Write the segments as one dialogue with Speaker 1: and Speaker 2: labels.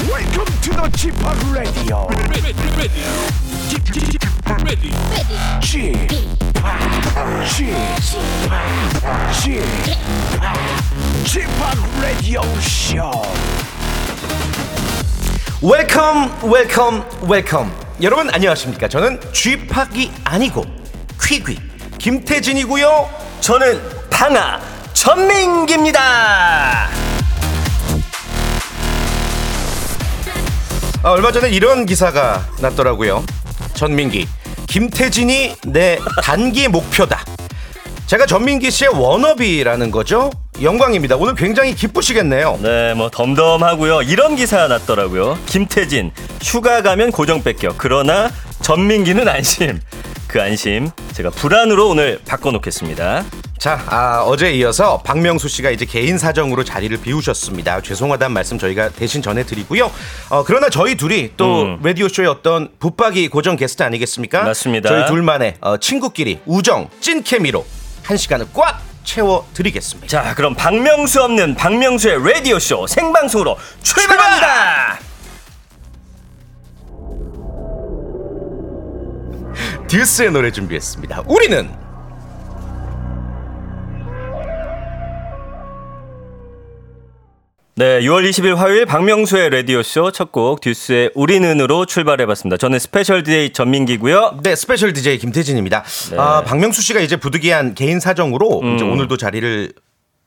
Speaker 1: Welcome to the g p o p Radio.
Speaker 2: ready, ready, ready, ready,
Speaker 1: g p o p g p o p g p o p Radio Show.
Speaker 3: 웰컴 웰컴 웰컴 여러분 안녕하십니까 저는 쥐팍이 아니고 퀴귀 김태진이고요 저는 방아 전민기입니다 아, 얼마 전에 이런 기사가 났더라고요 전민기 김태진이 내 단기 목표다 제가 전민기 씨의 워너비라는 거죠 영광입니다 오늘 굉장히 기쁘시겠네요
Speaker 4: 네, 뭐 덤덤하고요. 이런 기사 났더라고요. 김태진 휴가 가면 고정 뺏겨. 그러나 전민기는 안심. 그 안심 제가 불안으로 오늘 바꿔놓겠습니다.
Speaker 3: 자, 아, 어제 이어서 박명수 씨가 이제 개인 사정으로 자리를 비우셨습니다. 죄송하다는 말씀 저희가 대신 전해드리고요. 어, 그러나 저희 둘이 또 라디오쇼의 어떤 붙박이 고정 게스트 아니겠습니까?
Speaker 4: 음. 맞습니다.
Speaker 3: 저희 둘만의 어, 친구끼리 우정, 찐 케미로 한 시간을 꽉 채워드리겠습니다.
Speaker 4: 자, 그럼 박명수 없는 박명수의 라디오 쇼 생방송으로 출발합니다.
Speaker 3: 듀스의 노래 준비했습니다. 우리는
Speaker 4: 네, 6월 20일 화요일 박명수의 라디오 쇼첫 곡 듀스의 우리는으로 출발해봤습니다. 저는 스페셜 DJ 전민기고요.
Speaker 3: 네, 스페셜 DJ 김태진입니다.
Speaker 4: 네.
Speaker 3: 아, 박명수 씨가 이제 부득이한 개인 사정으로 이제 오늘도 자리를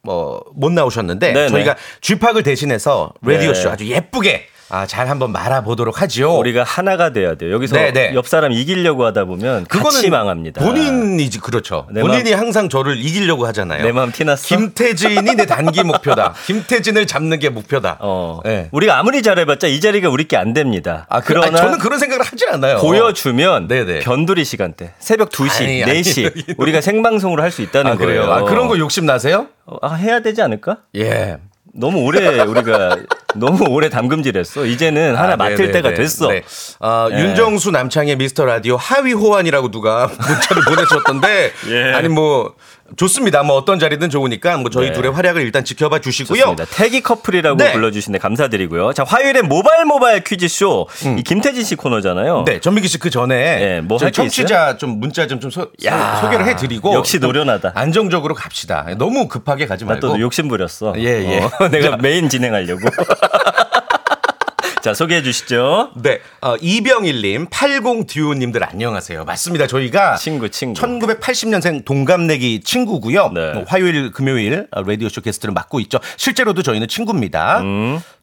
Speaker 3: 뭐, 못 나오셨는데
Speaker 4: 음. 네네.
Speaker 3: 저희가 쥐팍을 대신해서 라디오쇼
Speaker 4: 네.
Speaker 3: 아주 예쁘게 아, 잘 한번 말아보도록 하죠.
Speaker 4: 우리가 하나가 돼야 돼요. 여기서
Speaker 3: 네, 네.
Speaker 4: 옆 사람 이기려고 하다 보면 같이 망합니다.
Speaker 3: 본인이지 그렇죠.
Speaker 4: 내
Speaker 3: 본인이 항상 저를 이기려고 하잖아요.
Speaker 4: 내 마음 티났어?
Speaker 3: 김태진이 내 단기 목표다. 김태진을 잡는 게 목표다.
Speaker 4: 어,
Speaker 3: 네.
Speaker 4: 우리가 아무리 잘해봤자 이 자리가 우리 게 안 됩니다.
Speaker 3: 아, 그,
Speaker 4: 그러나
Speaker 3: 아니, 저는 그런 생각을 하지 않아요.
Speaker 4: 보여주면
Speaker 3: 네네.
Speaker 4: 변두리 시간대 새벽 2시,
Speaker 3: 아니, 아니,
Speaker 4: 4시
Speaker 3: 아니,
Speaker 4: 우리가 생방송으로 할 수 있다는
Speaker 3: 아, 그래요.
Speaker 4: 거예요.
Speaker 3: 아, 그런 거 욕심 나세요?
Speaker 4: 어, 아, 해야 되지 않을까?
Speaker 3: 예.
Speaker 4: 너무 오래 우리가 너무 오래 담금질했어. 이제는 하나 아, 맡을
Speaker 3: 아, 네네네.
Speaker 4: 때가 됐어.
Speaker 3: 네. 아,
Speaker 4: 네.
Speaker 3: 윤정수 남창의 미스터 라디오 하위 호환이라고 누가 문자를 보내주셨던데
Speaker 4: 예.
Speaker 3: 아니 뭐 좋습니다. 뭐 어떤 자리든 좋으니까 뭐 저희 둘의 활약을 일단 지켜봐 주시고요.
Speaker 4: 네. 좋습니다. 태기 커플이라고
Speaker 3: 네.
Speaker 4: 불러주신데 감사드리고요. 자 화요일에 모발 모발 퀴즈 쇼 이 김태진 씨 코너잖아요.
Speaker 3: 음. 네, 전민기 씨 그 전에
Speaker 4: 예, 뭐
Speaker 3: 저
Speaker 4: 할게
Speaker 3: 청취자 좀 문자 좀, 좀 소,
Speaker 4: 야,
Speaker 3: 개를 해드리고
Speaker 4: 역시 노련하다.
Speaker 3: 좀 안정적으로 갑시다. 너무 급하게 가지
Speaker 4: 나
Speaker 3: 말고
Speaker 4: 또 욕심 부렸어.
Speaker 3: 예, 예.
Speaker 4: 어, 내가 메인 진행하려고. 자 소개해 주시죠.
Speaker 3: 네, 어, 이병일님, 80듀오님들 안녕하세요. 맞습니다. 저희가
Speaker 4: 친구, 친구.
Speaker 3: 1980년생 동갑내기 친구고요.
Speaker 4: 네.
Speaker 3: 뭐 화요일, 금요일 어, 라디오쇼 게스트를 맡고 있죠. 실제로도 저희는 친구입니다.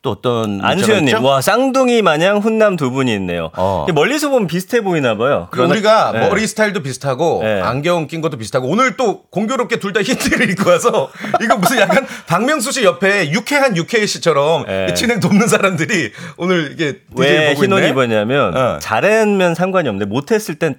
Speaker 3: 또 어떤 문자가
Speaker 4: 안수현님,
Speaker 3: 있죠?
Speaker 4: 와 쌍둥이 마냥 훈남 두 분이 있네요.
Speaker 3: 어.
Speaker 4: 멀리서 보면 비슷해 보이나 봐요. 그러나-
Speaker 3: 우리가
Speaker 4: 네.
Speaker 3: 머리 스타일도 비슷하고
Speaker 4: 네.
Speaker 3: 안경 낀 것도 비슷하고 오늘 또 공교롭게 둘 다 흰티를 입고 와서 이거 무슨 약간 박명수 씨 옆에 유쾌한 유쾌희 씨처럼
Speaker 4: 네.
Speaker 3: 진행 돕는 사람들이 오늘 이게
Speaker 4: 왜
Speaker 3: DJ를 보고
Speaker 4: 흰옷
Speaker 3: 있네?
Speaker 4: 입었냐면
Speaker 3: 어.
Speaker 4: 잘하면 상관이 없는데 못했을 땐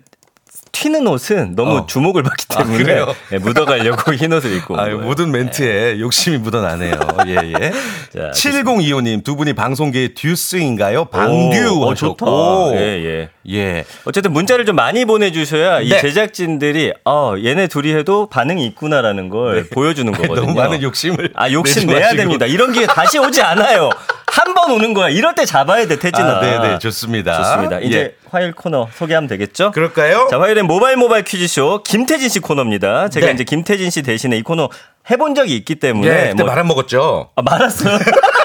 Speaker 4: 튀는 옷은 너무
Speaker 3: 어.
Speaker 4: 주목을 받기 때문에
Speaker 3: 그래요?
Speaker 4: 예, 묻어가려고 흰 옷을 입고 온
Speaker 3: 아유,
Speaker 4: 거예요.
Speaker 3: 모든 멘트에 욕심이 묻어나네요. 예, 예.
Speaker 4: 자,
Speaker 3: 7025님, 두 분이 방송계의 듀스인가요?
Speaker 4: 오,
Speaker 3: 방듀
Speaker 4: 어,
Speaker 3: 하셨고.
Speaker 4: 좋다. 예, 예.
Speaker 3: 예.
Speaker 4: 어쨌든 문자를 좀 많이 보내주셔야 이
Speaker 3: 네.
Speaker 4: 제작진들이 어 얘네 둘이 해도 반응이 있구나라는 걸 보여주는 거거든요.
Speaker 3: 네. 너무 많은 욕심을.
Speaker 4: 아 욕심
Speaker 3: 내지
Speaker 4: 내야
Speaker 3: 마시고.
Speaker 4: 됩니다. 이런 기회 다시 오지 않아요. 한 번 오는 거야. 이럴 때 잡아야 돼 태진아.
Speaker 3: 아, 네네, 좋습니다.
Speaker 4: 좋습니다. 이제
Speaker 3: 예.
Speaker 4: 화요일 코너 소개하면 되겠죠?
Speaker 3: 그럴까요?
Speaker 4: 자, 화요일엔 모바일 모바일 퀴즈쇼 김태진 씨 코너입니다. 제가
Speaker 3: 네.
Speaker 4: 이제 김태진 씨 대신에 이 코너 해본 적이 있기 때문에
Speaker 3: 예, 그때
Speaker 4: 뭐-
Speaker 3: 말아먹었죠.
Speaker 4: 아, 말았어요.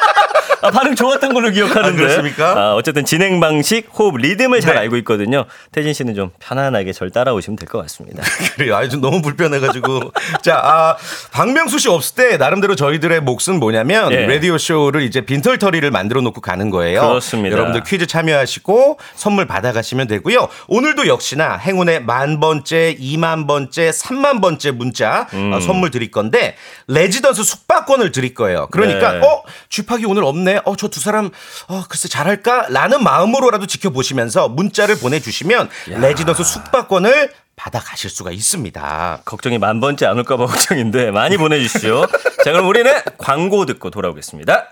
Speaker 4: 아, 반응 좋았던 걸로
Speaker 3: 아,
Speaker 4: 기억하는데.
Speaker 3: 그렇습니까?
Speaker 4: 아, 어쨌든 진행 방식, 호흡, 리듬을 잘
Speaker 3: 네.
Speaker 4: 알고 있거든요. 태진 씨는 좀 편안하게 절 따라오시면 될 것 같습니다.
Speaker 3: 그래요. 아주 너무 불편해가지고. 자, 아, 박명수 씨 없을 때 나름대로 저희들의 몫은 뭐냐면
Speaker 4: 예.
Speaker 3: 라디오 쇼를 이제 빈털터리를 만들어 놓고 가는 거예요.
Speaker 4: 그렇습니다.
Speaker 3: 여러분들 퀴즈 참여하시고 선물 받아가시면 되고요. 오늘도 역시나 행운의 만 번째, 이만 번째, 삼만 번째 문자
Speaker 4: 음.
Speaker 3: 어, 선물 드릴 건데 레지던스 숙박권을 드릴 거예요. 그러니까
Speaker 4: 네.
Speaker 3: 어 쥐팍이 오늘 없네. 어 저 두 사람 어 글쎄 잘할까라는 마음으로라도 지켜보시면서 문자를 보내주시면 레지던스 숙박권을 받아가실 수가 있습니다.
Speaker 4: 걱정이 만 번째 안 올까봐 걱정인데 많이 보내주시죠. 자, 그럼 우리는 광고 듣고 돌아오겠습니다.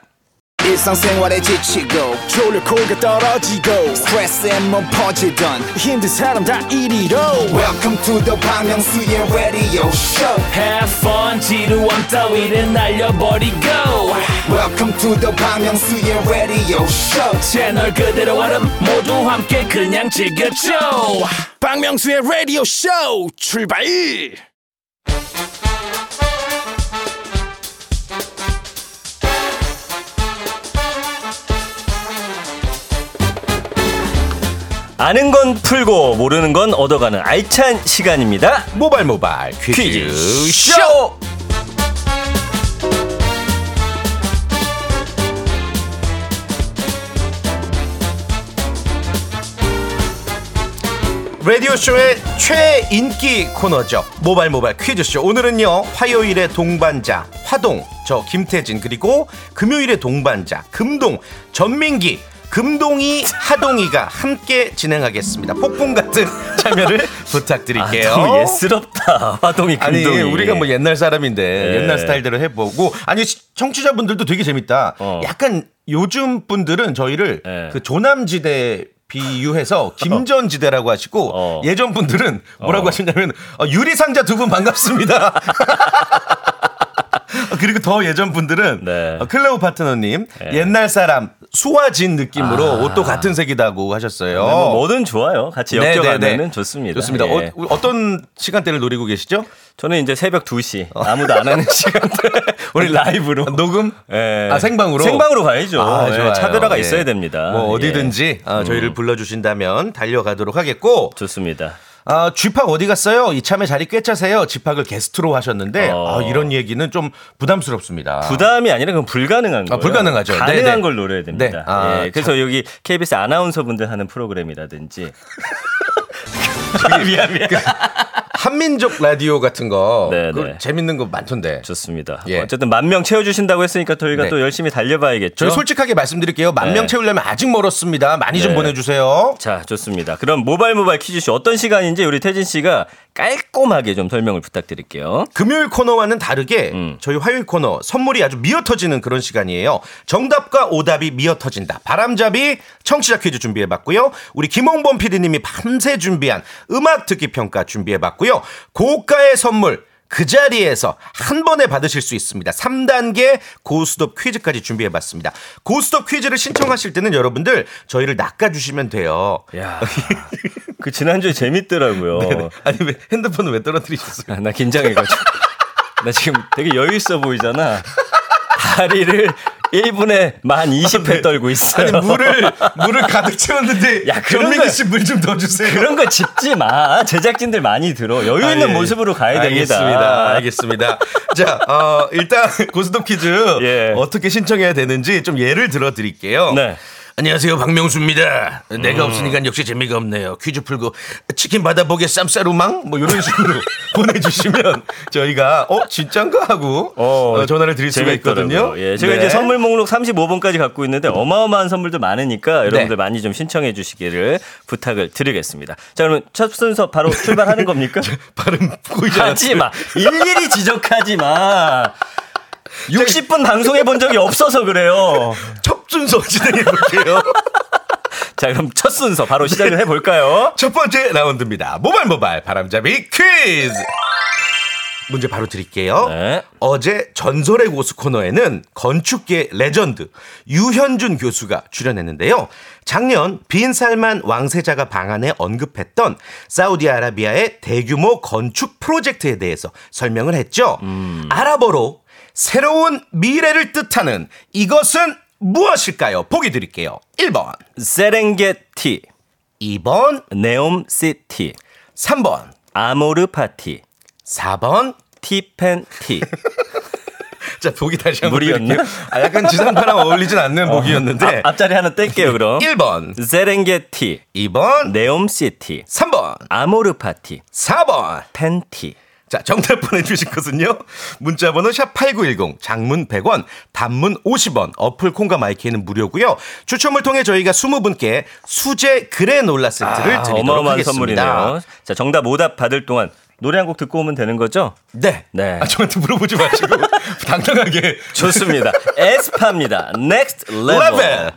Speaker 5: 일상생활에 지치고, 졸려 코가 떨어지고, 스트레스에 몸 퍼지던, 힘든 사람 다 이리로. welcome to the Bang Myung-soo's radio show
Speaker 6: Have fun 지루함 따위를 날려버리고
Speaker 5: welcome to the Bang Myung-soo's radio show
Speaker 6: 채널 그대로 얼음 모두 함께 그냥 즐겨줘
Speaker 1: 박명수의 라디오 쇼 출발!
Speaker 4: 아는 건 풀고 모르는 건 얻어가는 알찬 시간입니다.
Speaker 3: 모발 모발 퀴즈,
Speaker 4: 퀴즈
Speaker 3: 쇼.
Speaker 4: 쇼.
Speaker 3: 라디오 쇼의 최인기 코너죠. 모발 모발 퀴즈 쇼. 오늘은요 화요일의 동반자 화동 저 김태진 그리고 금요일의 동반자 금동 전민기. 금동이 하동이가 함께 진행하겠습니다. 폭풍 같은 참여를 부탁드릴게요.
Speaker 4: 아, 너무 예스럽다. 화동이
Speaker 3: 아니
Speaker 4: 금동이. 네,
Speaker 3: 우리가 뭐 옛날 사람인데
Speaker 4: 예.
Speaker 3: 옛날 스타일대로 해보고 아니 시- 청취자분들도 되게 재밌다.
Speaker 4: 어.
Speaker 3: 약간 요즘 분들은 저희를
Speaker 4: 예.
Speaker 3: 그 조남지대 비유해서 김전지대라고 하시고
Speaker 4: 어.
Speaker 3: 예전 분들은 뭐라고
Speaker 4: 어.
Speaker 3: 하시냐면 어, 유리상자 두 분 반갑습니다. 어, 그리고 더 예전 분들은
Speaker 4: 네. 예.
Speaker 3: 어, 클레오 파트너님 옛날 사람 수화진 느낌으로 옷도 같은 색이다고 하셨어요.
Speaker 4: 아. 네, 뭐 뭐든 좋아요. 같이
Speaker 3: 네,
Speaker 4: 엮여가면은
Speaker 3: 네, 네.
Speaker 4: 좋습니다.
Speaker 3: 좋습니다.
Speaker 4: 예.
Speaker 3: 어, 어떤 시간대를 노리고 계시죠?
Speaker 4: 저는 이제 새벽 2시 아무도 안 하는 시간대 우리 라이브로
Speaker 3: 아, 녹음?
Speaker 4: 예.
Speaker 3: 아 생방으로?
Speaker 4: 생방으로 가야죠.
Speaker 3: 아,
Speaker 4: 예,
Speaker 3: 좋아요.
Speaker 4: 차별화가
Speaker 3: 예.
Speaker 4: 있어야 됩니다.
Speaker 3: 뭐 어디든지
Speaker 4: 음.
Speaker 3: 아, 저희를 불러주신다면 달려가도록 하겠고
Speaker 4: 예. 좋습니다.
Speaker 3: 아, 쥐팍 어디 갔어요? 이참에 자리 꿰차세요. 쥐팍을 게스트로 하셨는데
Speaker 4: 어.
Speaker 3: 아, 이런 얘기는 좀 부담스럽습니다.
Speaker 4: 부담이 아니라 그건 불가능한 거예요.
Speaker 3: 불가능하죠.
Speaker 4: 가능한
Speaker 3: 네, 네.
Speaker 4: 걸 노려야 됩니다.
Speaker 3: 네. 아,
Speaker 4: 예, 그래서 여기 KBS 아나운서분들 하는 프로그램이라든지 아, 미안 미안.
Speaker 3: 한민족 라디오 같은 거
Speaker 4: 네,
Speaker 3: 그거
Speaker 4: 네.
Speaker 3: 재밌는 거 많던데.
Speaker 4: 좋습니다.
Speaker 3: 예.
Speaker 4: 어쨌든 만 명 채워주신다고 했으니까 저희가
Speaker 3: 네.
Speaker 4: 또 열심히 달려봐야겠죠.
Speaker 3: 저희 솔직하게 말씀드릴게요. 만
Speaker 4: 네.
Speaker 3: 명 채우려면 아직 멀었습니다. 많이 좀
Speaker 4: 네.
Speaker 3: 보내주세요.
Speaker 4: 자, 좋습니다. 그럼 모바일 모바일 퀴즈쇼 어떤 시간인지 우리 태진 씨가 깔끔하게 좀 설명을 부탁드릴게요.
Speaker 3: 금요일 코너와는 다르게
Speaker 4: 음.
Speaker 3: 저희 화요일 코너 선물이 아주 미어터지는 그런 시간이에요. 정답과 오답이 미어터진다. 바람잡이 청취자 퀴즈 준비해봤고요. 우리 김홍범 PD님이 밤새 준비한 음악 듣기 평가 준비해봤고요. 고가의 선물. 그 자리에서 한 번에 받으실 수 있습니다. 3단계 고스톱 퀴즈까지 준비해봤습니다. 고스톱 퀴즈를 신청하실 때는 여러분들 저희를 낚아주시면 돼요.
Speaker 4: 야. 그 지난주에 재밌더라고요.
Speaker 3: 아니 왜 핸드폰을 왜 떨어뜨리셨어요?
Speaker 4: 아, 나 긴장해가지고. 나 지금 되게 여유있어 보이잖아. 다리를 1분에 만 20회 떨고 있어요.
Speaker 3: 아니 물을 물을 가득 채웠는데
Speaker 4: 야, 그런
Speaker 3: 전민기
Speaker 4: 거-
Speaker 3: 씨 물 좀 더 주세요.
Speaker 4: 그런 거 짚지 마. 제작진들 많이 들어. 여유 있는
Speaker 3: 아, 예.
Speaker 4: 모습으로 가야 됩니다. 아.
Speaker 3: 알겠습니다. 알겠습니다. 자, 어, 일단 고스톱 퀴즈
Speaker 4: 예.
Speaker 3: 어떻게 신청해야 되는지 좀 예를 들어 드릴게요.
Speaker 4: 네. 음.
Speaker 3: 안녕하세요, 박명수입니다. 내가 없으니까 역시 재미가 없네요. 퀴즈 풀고 치킨 받아보게 쌈싸루망 뭐 이런 식으로 보내주시면 저희가 어 진짠가 하고
Speaker 4: 어,
Speaker 3: 어, 전화를 드릴 수가
Speaker 4: 재밌더라고요.
Speaker 3: 있거든요.
Speaker 4: 예, 제가
Speaker 3: 네.
Speaker 4: 이제 선물 목록 35번까지 갖고 있는데 어마어마한 선물도 많으니까 여러분들
Speaker 3: 네.
Speaker 4: 많이 좀 신청해 주시기를 부탁을 드리겠습니다. 자, 그러면 첫 순서 바로 출발하는 겁니까?
Speaker 3: 발음 보이지
Speaker 4: 하지
Speaker 3: 않았어요.
Speaker 4: 마. 일일이 지적하지 마. 60분 방송해 본 적이 없어서 그래요.
Speaker 3: 첫 순서 진행해 볼게요.
Speaker 4: 자, 그럼 첫 순서 바로
Speaker 3: 네.
Speaker 4: 시작을 해 볼까요?
Speaker 3: 첫 번째 라운드입니다. 모발 모발 바람잡이 퀴즈. 문제 바로 드릴게요.
Speaker 4: 네.
Speaker 3: 어제 전설의 고수 코너에는 건축계 레전드 유현준 교수가 출연했는데요. 작년 빈 살만 왕세자가 방한에 언급했던 사우디아라비아의 대규모 건축 프로젝트에 대해서 설명을 했죠. 아랍어로 새로운 미래를 뜻하는 이것은 무엇일까요? 보기 드릴게요. 1번,
Speaker 4: 세렝게티,
Speaker 3: 2번,
Speaker 4: 네옴 시티,
Speaker 3: 3번,
Speaker 4: 아모르 파티,
Speaker 3: 4번.
Speaker 4: 티펜티.
Speaker 3: 자, 보기 다시 한번
Speaker 4: 물이었나? 아,
Speaker 3: 드릴게요. 아, 약간 지상파랑 어울리진 않는 보기였는데.
Speaker 4: 앞, 앞자리 하나 뗄게요, 그럼.
Speaker 3: 1번,
Speaker 4: 세렝게티,
Speaker 3: 2번,
Speaker 4: 어? 네옴 시티,
Speaker 3: 3번,
Speaker 4: 아모르 파티,
Speaker 3: 4번.
Speaker 4: 팬티.
Speaker 3: 자, 정답 보내주신 것은요. 문자번호 샵8910, 장문 100원, 단문 50원, 어플 콩과 마이키는 무료고요 추첨을 통해 저희가 20분께 수제 그래놀라 세트를
Speaker 4: 아,
Speaker 3: 드리도록
Speaker 4: 어마어마한
Speaker 3: 네, 하겠습니다.
Speaker 4: 선물이네요. 자, 정답 오답 받을 동안 노래 한 곡 듣고 오면 되는 거죠?
Speaker 3: 네.
Speaker 4: 네.
Speaker 3: 아, 저한테 물어보지 마시고 당당하게
Speaker 4: 좋습니다. 에스파입니다. Next Level.
Speaker 3: 레벨.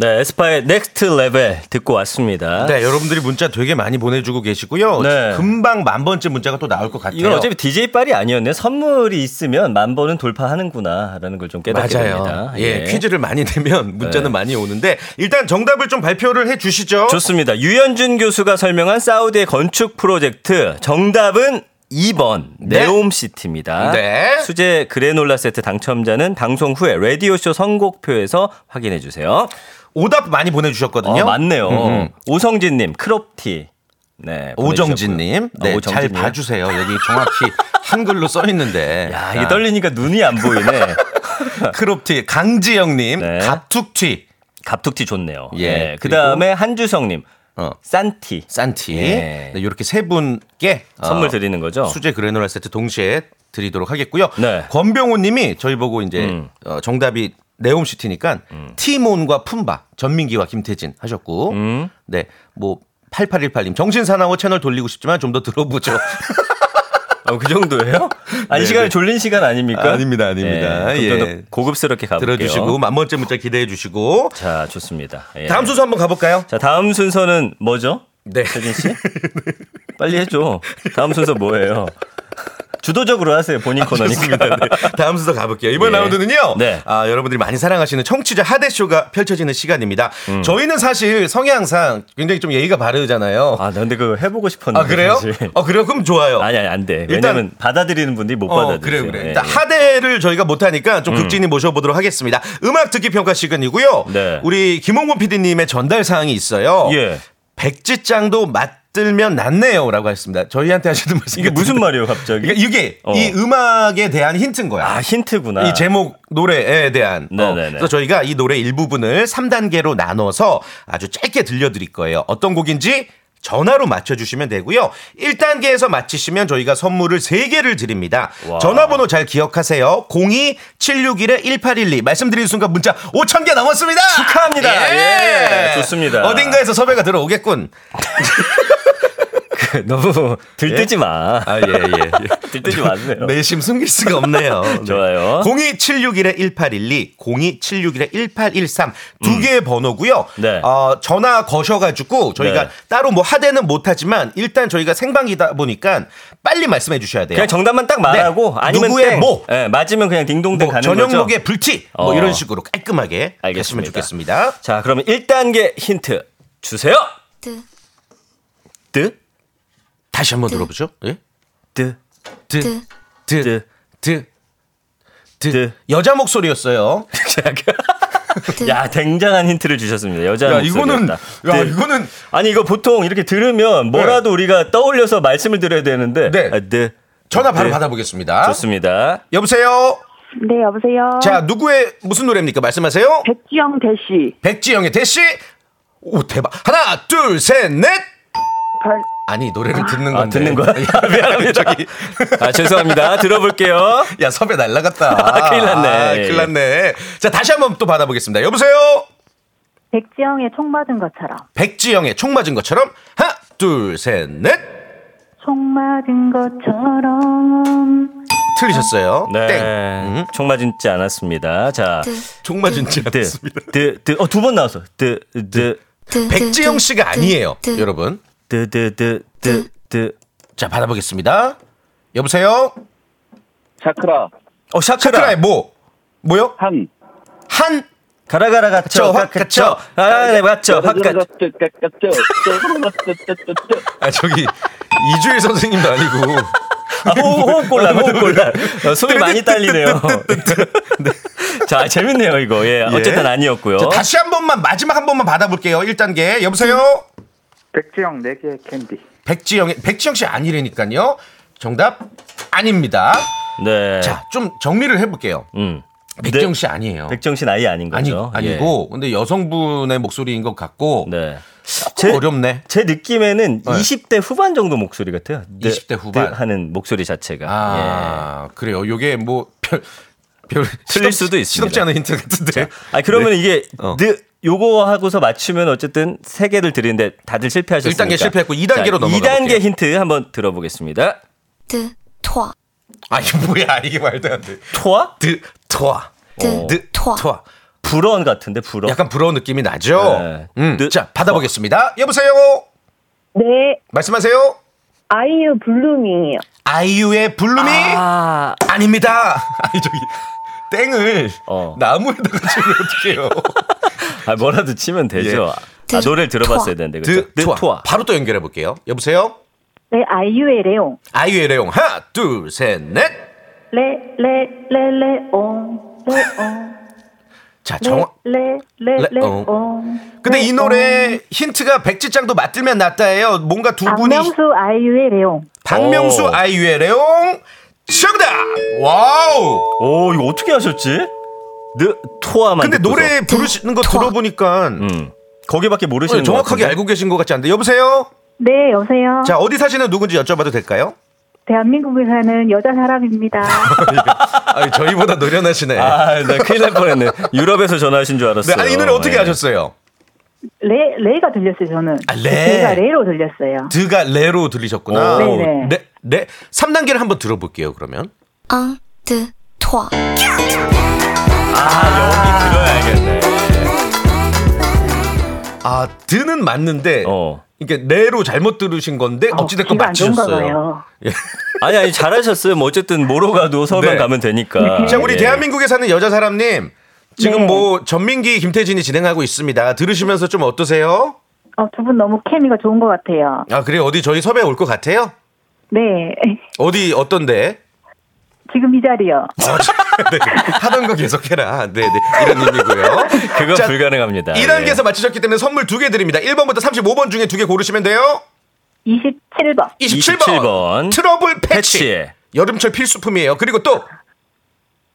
Speaker 4: 네, 에스파의 Next Level 듣고 왔습니다.
Speaker 3: 네, 여러분들이 문자 되게 많이 보내주고 계시고요.
Speaker 4: 아. 네.
Speaker 3: 금방 만 번째 문자가 또 나올 것 같아요.
Speaker 4: 이건 어차피 DJ 빨이 아니었네요. 선물이 있으면 만 번은 돌파하는구나라는 걸 좀 깨닫게
Speaker 3: 맞아요.
Speaker 4: 됩니다. 네.
Speaker 3: 예, 퀴즈를 많이 내면 문자는 많이 오는데 일단 정답을 좀 발표를 해 주시죠.
Speaker 4: 좋습니다. 유현준 교수가 설명한 사우디의 건축 프로젝트 정답은 2번
Speaker 3: 네.
Speaker 4: 네옴 시티입니다.
Speaker 3: 네.
Speaker 4: 수제 그래놀라 세트 당첨자는 방송 후에 라디오 쇼 선곡표에서 확인해 주세요.
Speaker 3: 오답 많이 보내주셨거든요.
Speaker 4: 어, 맞네요.
Speaker 3: 음.
Speaker 4: 오성진님 크롭티. 네.
Speaker 3: 오정진님,
Speaker 4: 보내주셨고요.
Speaker 3: 네,
Speaker 4: 어,
Speaker 3: 잘
Speaker 4: 오정진님.
Speaker 3: 봐주세요. 여기 정확히 한글로 써 있는데.
Speaker 4: 야 이게 떨리니까 눈이 안 보이네.
Speaker 3: 크롭티 강지영님,
Speaker 4: 네.
Speaker 3: 갑툭튀,
Speaker 4: 갑툭튀 좋네요.
Speaker 3: 예,
Speaker 4: 네, 그다음에 한주성님
Speaker 3: 어.
Speaker 4: 산티
Speaker 3: 산티
Speaker 4: 예.
Speaker 3: 네, 이렇게 세 분께
Speaker 4: 선물
Speaker 3: 어,
Speaker 4: 드리는 거죠.
Speaker 3: 수제 그래놀라 세트 동시에 드리도록 하겠고요.
Speaker 4: 네. 음.
Speaker 3: 권병호님이 저희 보고 이제 어, 정답이 네옴시티니까 티몬과 품바, 전민기와 김태진 하셨고,
Speaker 4: 음.
Speaker 3: 네, 뭐 8818님 정신사나워 채널 돌리고 싶지만 좀 더 들어보죠.
Speaker 4: 어, 그 정도예요? 아니 시간이 졸린 시간 아닙니까?
Speaker 3: 네, 아닙니다, 아닙니다.
Speaker 4: 예, 그럼 좀더
Speaker 3: 예.
Speaker 4: 고급스럽게 가볼게요.
Speaker 3: 들어주시고 만 번째 문자 기대해 주시고
Speaker 4: 자 좋습니다. 예.
Speaker 3: 다음 순서 한번 가볼까요?
Speaker 4: 자 다음 순서는 뭐죠?
Speaker 3: 네.
Speaker 4: 세진 씨 빨리 해줘. 다음 순서 뭐예요? 주도적으로 하세요 본인 코너니까.
Speaker 3: 네. 다음 순서 가볼게요. 이번
Speaker 4: 예.
Speaker 3: 라운드는요.
Speaker 4: 네.
Speaker 3: 아, 여러분들이 많이 사랑하시는 청취자 하대 쇼가 펼쳐지는 시간입니다.
Speaker 4: 음.
Speaker 3: 저희는 사실 성향상 굉장히 좀 예의가 바르잖아요. 아,
Speaker 4: 아 근데 그거 해보고 싶었는데.
Speaker 3: 그래요?
Speaker 4: 사실.
Speaker 3: 어 그래요? 그럼 좋아요.
Speaker 4: 아니 아니 안 돼.
Speaker 3: 일단-
Speaker 4: 왜냐면 받아들이는 분들이 못
Speaker 3: 어,
Speaker 4: 받아들여요. 예,
Speaker 3: 그래 그래. 일단 하대를 저희가 못하니까
Speaker 4: 음.
Speaker 3: 좀 극진히 모셔보도록 하겠습니다. 음악 듣기 평가 시간이고요.
Speaker 4: 네.
Speaker 3: 우리 김홍곤 PD님의 전달 사항이 있어요.
Speaker 4: 예.
Speaker 3: 백지장도 맞들면 낫네요라고 하셨습니다. 저희한테 하시는 말씀
Speaker 4: 이게 무슨 말이에요
Speaker 3: 그러니까
Speaker 4: 갑자기?
Speaker 3: 이게
Speaker 4: 어.
Speaker 3: 이 음악에 대한 힌트인 거야.
Speaker 4: 아 힌트구나.
Speaker 3: 이 제목 노래에 대한 어,
Speaker 4: 네네네.
Speaker 3: 그래서 저희가 이 노래 일부분을 3단계로 나눠서 아주 짧게 들려드릴 거예요. 어떤 곡인지 전화로 맞춰주시면 되고요. 1단계에서 맞히시면 저희가 선물을 3개를 드립니다.
Speaker 4: 와.
Speaker 3: 전화번호 잘 기억하세요. 02761-1812 말씀드린 순간 문자 5,000개 넘었습니다.
Speaker 4: 축하합니다. 예, 좋습니다.
Speaker 3: 어딘가에서 섭외가 들어오겠군.
Speaker 4: 너무 들뜨지 마.
Speaker 3: 아, 네. 예, 예.
Speaker 4: 들뜨지 마세요.
Speaker 3: 내심 숨길 수가 없네요. 네.
Speaker 4: 좋아요.
Speaker 3: 02761-1812, 02761-1813 두 개의 번호고요.
Speaker 4: 음. 네.
Speaker 3: 어, 전화 거셔가지고 저희가
Speaker 4: 네.
Speaker 3: 따로 뭐 하대는 못하지만 일단 저희가 생방이다 보니까 빨리 말씀해 주셔야 돼요.
Speaker 4: 그냥 정답만 딱 말하고
Speaker 3: 네.
Speaker 4: 아니면
Speaker 3: 누구의
Speaker 4: 땡.
Speaker 3: 뭐?
Speaker 4: 예, 맞으면 그냥 딩동댕
Speaker 3: 뭐
Speaker 4: 가는 거죠.
Speaker 3: 전영록의 불티 뭐
Speaker 4: 어.
Speaker 3: 이런 식으로 깔끔하게 했으면
Speaker 4: 알겠습니다.
Speaker 3: 좋겠습니다.
Speaker 4: 자, 그러면 1단계 힌트 주세요.
Speaker 7: 뜨,
Speaker 4: 뜨,
Speaker 3: 다시 한번 들어보죠. 예?
Speaker 4: 뜨,
Speaker 7: 뜨,
Speaker 3: 드,
Speaker 4: 뜨.
Speaker 3: 드, 드.
Speaker 4: 드.
Speaker 3: 여자 목소리였어요.
Speaker 4: 그 야, 굉장한 힌트를 주셨습니다. 여자
Speaker 3: 야, 이거는-
Speaker 4: 목소리였다.
Speaker 3: 야,
Speaker 4: 뜨.
Speaker 3: 이거는-
Speaker 4: 아니 이거 보통 이렇게 들으면 뭐라도 우리가 떠올려서 말씀을 드려야 되는데
Speaker 3: 네.
Speaker 4: 아, 뜨.
Speaker 3: 전화 바로
Speaker 4: 뜨.
Speaker 3: 받아보겠습니다.
Speaker 4: 좋습니다.
Speaker 3: 여보세요.
Speaker 8: 네,
Speaker 4: 아.
Speaker 8: 여보세요.
Speaker 3: 자, 누구의 무슨 노래입니까? 말씀하세요.
Speaker 8: 백지영 대시.
Speaker 3: 백지영의 대시. 오 대박. 하나, 둘, 셋, 넷.
Speaker 8: 별-
Speaker 3: 아니 노래를 듣는 건데.
Speaker 4: 아, 듣는 거야? 미안합니다. 아, 죄송합니다. 들어볼게요.
Speaker 3: 야 섭외 날라갔다.
Speaker 4: 아, 큰일 났네.
Speaker 3: 아, 큰일 났네. 자 다시 한번 또 받아보겠습니다. 여보세요.
Speaker 8: 백지영의 총 맞은 것처럼.
Speaker 3: 백지영의 총 맞은 것처럼 하나, 둘, 셋, 넷.
Speaker 8: 총 맞은 것처럼.
Speaker 3: 틀리셨어요. 땡.
Speaker 4: 네. 총 맞은지 않았습니다. 자.
Speaker 7: 뜨,
Speaker 3: 총 맞은 지
Speaker 4: 뜨,
Speaker 3: 않았습니다.
Speaker 4: 뜨, 뜨. 어, 두 번 나왔어. 뜨, 뜨,
Speaker 7: 뜨,
Speaker 3: 백지영
Speaker 7: 뜨,
Speaker 3: 씨가
Speaker 7: 뜨,
Speaker 3: 아니에요,
Speaker 7: 뜨,
Speaker 3: 여러분.
Speaker 4: 뜨, 뜨, 뜨, 뜨, 뜨.
Speaker 3: 자 받아보겠습니다. 여보세요.
Speaker 6: 차크라
Speaker 4: 어, 샤크라.
Speaker 3: 차크라의 뭐? 뭐요?
Speaker 6: 한
Speaker 3: 한
Speaker 4: 가라가라
Speaker 3: 갇혀,
Speaker 4: 갇혀, 갇-
Speaker 3: 갇혀.
Speaker 4: 갇혀. 아, 네, 맞죠. 확 갇혀.
Speaker 3: 아 저기 이주일 선생님도 아니고
Speaker 4: 아, 호- 호흡 곤란, 호흡 곤란. 어, 숨이 많이 딸리네요. 자, 재밌네요, 이거. 예, 어쨌든 아니었고요.
Speaker 3: 자, 다시 한 번만 마지막 한 번만 받아볼게요. 1단계 여보세요.
Speaker 9: 백지영 4개의 캔디.
Speaker 3: 백지영 백지영 씨 아니라니까요. 정답 아닙니다.
Speaker 4: 네.
Speaker 3: 자 좀 정리를 해볼게요.
Speaker 4: 음.
Speaker 3: 백지영
Speaker 4: 네.
Speaker 3: 씨 아니에요.
Speaker 4: 백정신 아예 아닌
Speaker 3: 아니
Speaker 4: 거죠? 예.
Speaker 3: 아니고 근데 여성분의 목소리인 것 같고
Speaker 4: 네.
Speaker 3: 조금 어렵네.
Speaker 4: 제 느낌에는
Speaker 3: 네.
Speaker 4: 20대 후반 정도 목소리 같아요. 네,
Speaker 3: 20대 후반.
Speaker 4: 네, 하는 목소리 자체가.
Speaker 3: 아 그래요. 요게 아, 뭐 별 별
Speaker 4: 틀릴
Speaker 3: 시덥-
Speaker 4: 수도 있습니다.
Speaker 3: 시덥지 않은 힌트 같은데.
Speaker 4: 아 그러면
Speaker 3: 네.
Speaker 4: 이게
Speaker 3: 어.
Speaker 4: 느, 요거 하고서 맞추면 어쨌든 세 개를 드리는데 다들 실패하셨으니까.
Speaker 3: 일 단계 실패했고 이 단계로 넘어가
Speaker 4: 2단계
Speaker 3: 볼게요.
Speaker 4: 힌트 한번 들어보겠습니다.
Speaker 7: 드, 토아,
Speaker 3: 아 이게 뭐야 이게 말도 안 돼.
Speaker 4: 토아?
Speaker 3: 드 토아.
Speaker 7: 드,
Speaker 3: 드
Speaker 7: 토아.
Speaker 3: 토아.
Speaker 4: 불언 같은데 불언.
Speaker 3: 약간 부러운 느낌이 나죠.
Speaker 4: 어? 네. 어?
Speaker 3: 음.
Speaker 4: 드-
Speaker 3: 자 받아보겠습니다. 여보세요.
Speaker 8: 네,
Speaker 3: 말씀하세요.
Speaker 8: 아이유 블루밍이요.
Speaker 3: 아이유의 블루미
Speaker 4: 아,
Speaker 3: 아닙니다. 아니 저기 땡을
Speaker 4: 어.
Speaker 3: 나무에다가 치면 어떡해요.
Speaker 4: 아, 뭐라도 치면 되죠.
Speaker 7: 예.
Speaker 4: 아, 노래를 들어봤어야 되는데 그렇죠.
Speaker 3: 드
Speaker 4: 느-
Speaker 3: 토아.
Speaker 4: 토아.
Speaker 3: 바로 또 연결해 볼게요. 여보세요.
Speaker 8: 네, 아이유의 레옹.
Speaker 3: 아이유의 레옹 하나 둘셋 넷.
Speaker 8: 레, 레, 레, 레옹. 레옹.
Speaker 3: 자
Speaker 8: 네.
Speaker 3: 정확.
Speaker 8: 레, 레, 레,
Speaker 3: 레옹.
Speaker 8: 레옹.
Speaker 3: 근데 이
Speaker 8: 레옹.
Speaker 3: 노래 힌트가 백지장도 맞들면 낫다예요. 뭔가 두 분이
Speaker 8: 네. 박명수 아이유의 레옹.
Speaker 3: 박명수
Speaker 4: 오.
Speaker 3: 아이유의 레옹 정답. 와우.
Speaker 4: 오, 이거 어떻게 하셨지? 느 토아만.
Speaker 3: 근데
Speaker 4: 듣고서.
Speaker 3: 노래 부르시는 거
Speaker 7: 토아.
Speaker 3: 들어보니까
Speaker 4: 음. 거기밖에 모르시는
Speaker 3: 어,
Speaker 4: 것
Speaker 3: 정확하게
Speaker 4: 같은데.
Speaker 3: 알고 계신 것 같지 않은데 여보세요.
Speaker 8: 네, 여보세요.
Speaker 3: 자 어디 사시는 누군지 여쭤봐도 될까요?
Speaker 8: 대한민국에 사는 여자 사람입니다.
Speaker 3: 아 저희보다 노련하시네.
Speaker 4: 아, 나 큰일 날 뻔했네. 유럽에서 전화하신 줄
Speaker 3: 네,
Speaker 4: 알았어요.
Speaker 3: 아니 이 노래 어떻게
Speaker 4: 예.
Speaker 3: 아셨어요?
Speaker 8: 레, 레가 들렸어요, 저는.
Speaker 3: 아, 레.
Speaker 8: 제가 레로 들렸어요.
Speaker 3: 드가 레로 들리셨구나.
Speaker 4: 오.
Speaker 8: 네네.
Speaker 3: 레, 레 3단계를 한번 들어볼게요. 그러면.
Speaker 7: 앙, 드, 토아.
Speaker 4: 들어야겠네.
Speaker 3: 아, 드는 맞는데
Speaker 4: 어.
Speaker 3: 이게 레로 잘못 들으신 건데 어찌 됐건
Speaker 8: 귀가 안 좋은가
Speaker 3: 맞추셨어요.
Speaker 8: 봐요.
Speaker 4: 아니 아니 잘하셨어요. 뭐 어쨌든 뭐로 가도 서울만
Speaker 3: 네.
Speaker 4: 가면 되니까.
Speaker 3: 자, 우리
Speaker 4: 예.
Speaker 3: 대한민국에 사는 여자 사람 님. 지금
Speaker 8: 네.
Speaker 3: 뭐 전민기 김태진이 진행하고 있습니다. 들으시면서 좀 어떠세요?
Speaker 8: 어, 두 분 너무 케미가 좋은 것 같아요.
Speaker 3: 아, 그래 어디 저희 섭외 올 것 같아요?
Speaker 8: 네.
Speaker 3: 어디 어떤데?
Speaker 8: 지금 이 자리요.
Speaker 3: 네. 하던 거 계속해라. 네, 네. 이런 의미고요.
Speaker 4: 그건
Speaker 3: 자,
Speaker 4: 불가능합니다. 예.
Speaker 3: 2단계에서 맞추셨기 때문에 선물 두 개 드립니다. 1번부터 35번 중에 두 개 고르시면 돼요.
Speaker 8: 27번.
Speaker 3: 27번,
Speaker 4: 27번.
Speaker 3: 트러블 패치.
Speaker 4: 예. 패치.
Speaker 3: 여름철 필수품이에요. 그리고 또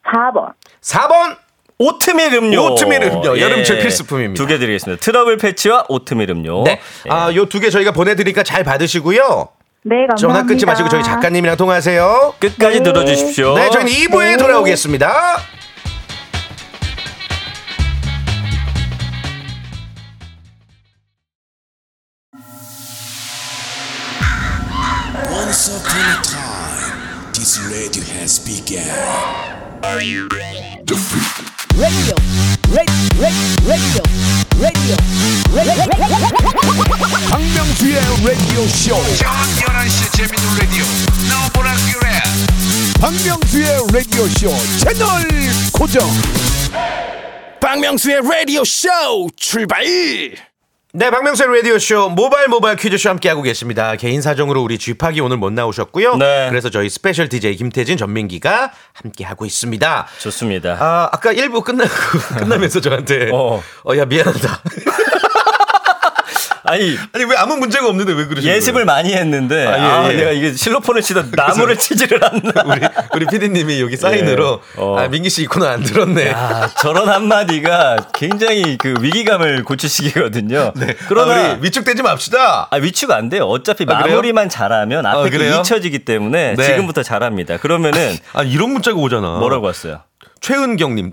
Speaker 8: 4번.
Speaker 3: 4번
Speaker 4: 어? 오트밀 음료. 예.
Speaker 3: 오트밀 음료. 여름철 필수품입니다.
Speaker 4: 두 개 드리겠습니다. 트러블 패치와 오트밀 음료.
Speaker 3: 네.
Speaker 4: 예.
Speaker 3: 아, 요 두 개 저희가 보내 드리니까 잘 받으시고요.
Speaker 8: 네, 감사합니다.
Speaker 3: 전화 끊지 마시고 저희 작가님이랑 통화하세요.
Speaker 4: 끝까지 들어주십시오.
Speaker 3: 네, 저희는 2부에 돌아오겠습니다.
Speaker 1: Once upon a time, this radio has begun.
Speaker 5: 박명수의 라디오 쇼 박명수의 라디오 쇼 채널 고정
Speaker 6: 박명수의 라디오 쇼 출발
Speaker 3: 네, 박명수의 라디오 쇼 모바일 모바일 퀴즈쇼 함께 하고 계십니다. 개인 사정으로 우리 쥐팍이 오늘 못 나오셨고요.
Speaker 4: 네.
Speaker 3: 그래서 저희 스페셜 DJ 김태진 전민기가 함께 하고 있습니다.
Speaker 4: 좋습니다.
Speaker 3: 아, 아까 1부 끝나고 끝나면서 저한테
Speaker 4: 어.
Speaker 3: 어, 야 미안하다.
Speaker 4: 아니
Speaker 3: 아니 왜 아무 문제가 없는데 왜 그러시는 거예요?
Speaker 4: 예습을 많이 했는데
Speaker 3: 아, 예,
Speaker 4: 아,
Speaker 3: 예.
Speaker 4: 내가 이게 실로폰을 치던 나무를 치지를 않나.
Speaker 3: 우리 우리 PD님이 여기 사인으로
Speaker 4: 예. 어.
Speaker 3: 아 민기 씨 이코너 안 들었네.
Speaker 4: 아, 저런 한마디가 굉장히 그 위기감을 고치시기거든요.
Speaker 3: 그러나
Speaker 4: 그러나
Speaker 3: 아, 네. 우리 위축되지 맙시다.
Speaker 4: 아, 위축 안 돼요. 어차피
Speaker 3: 아, 그래요?
Speaker 4: 마무리만 잘하면
Speaker 3: 아,
Speaker 4: 앞에 게
Speaker 3: 그래요?
Speaker 4: 잊혀지기 때문에
Speaker 3: 네.
Speaker 4: 지금부터 잘합니다. 그러면은
Speaker 3: 아 이런 문자가 오잖아.
Speaker 4: 뭐라고 왔어요?
Speaker 3: 최은경님.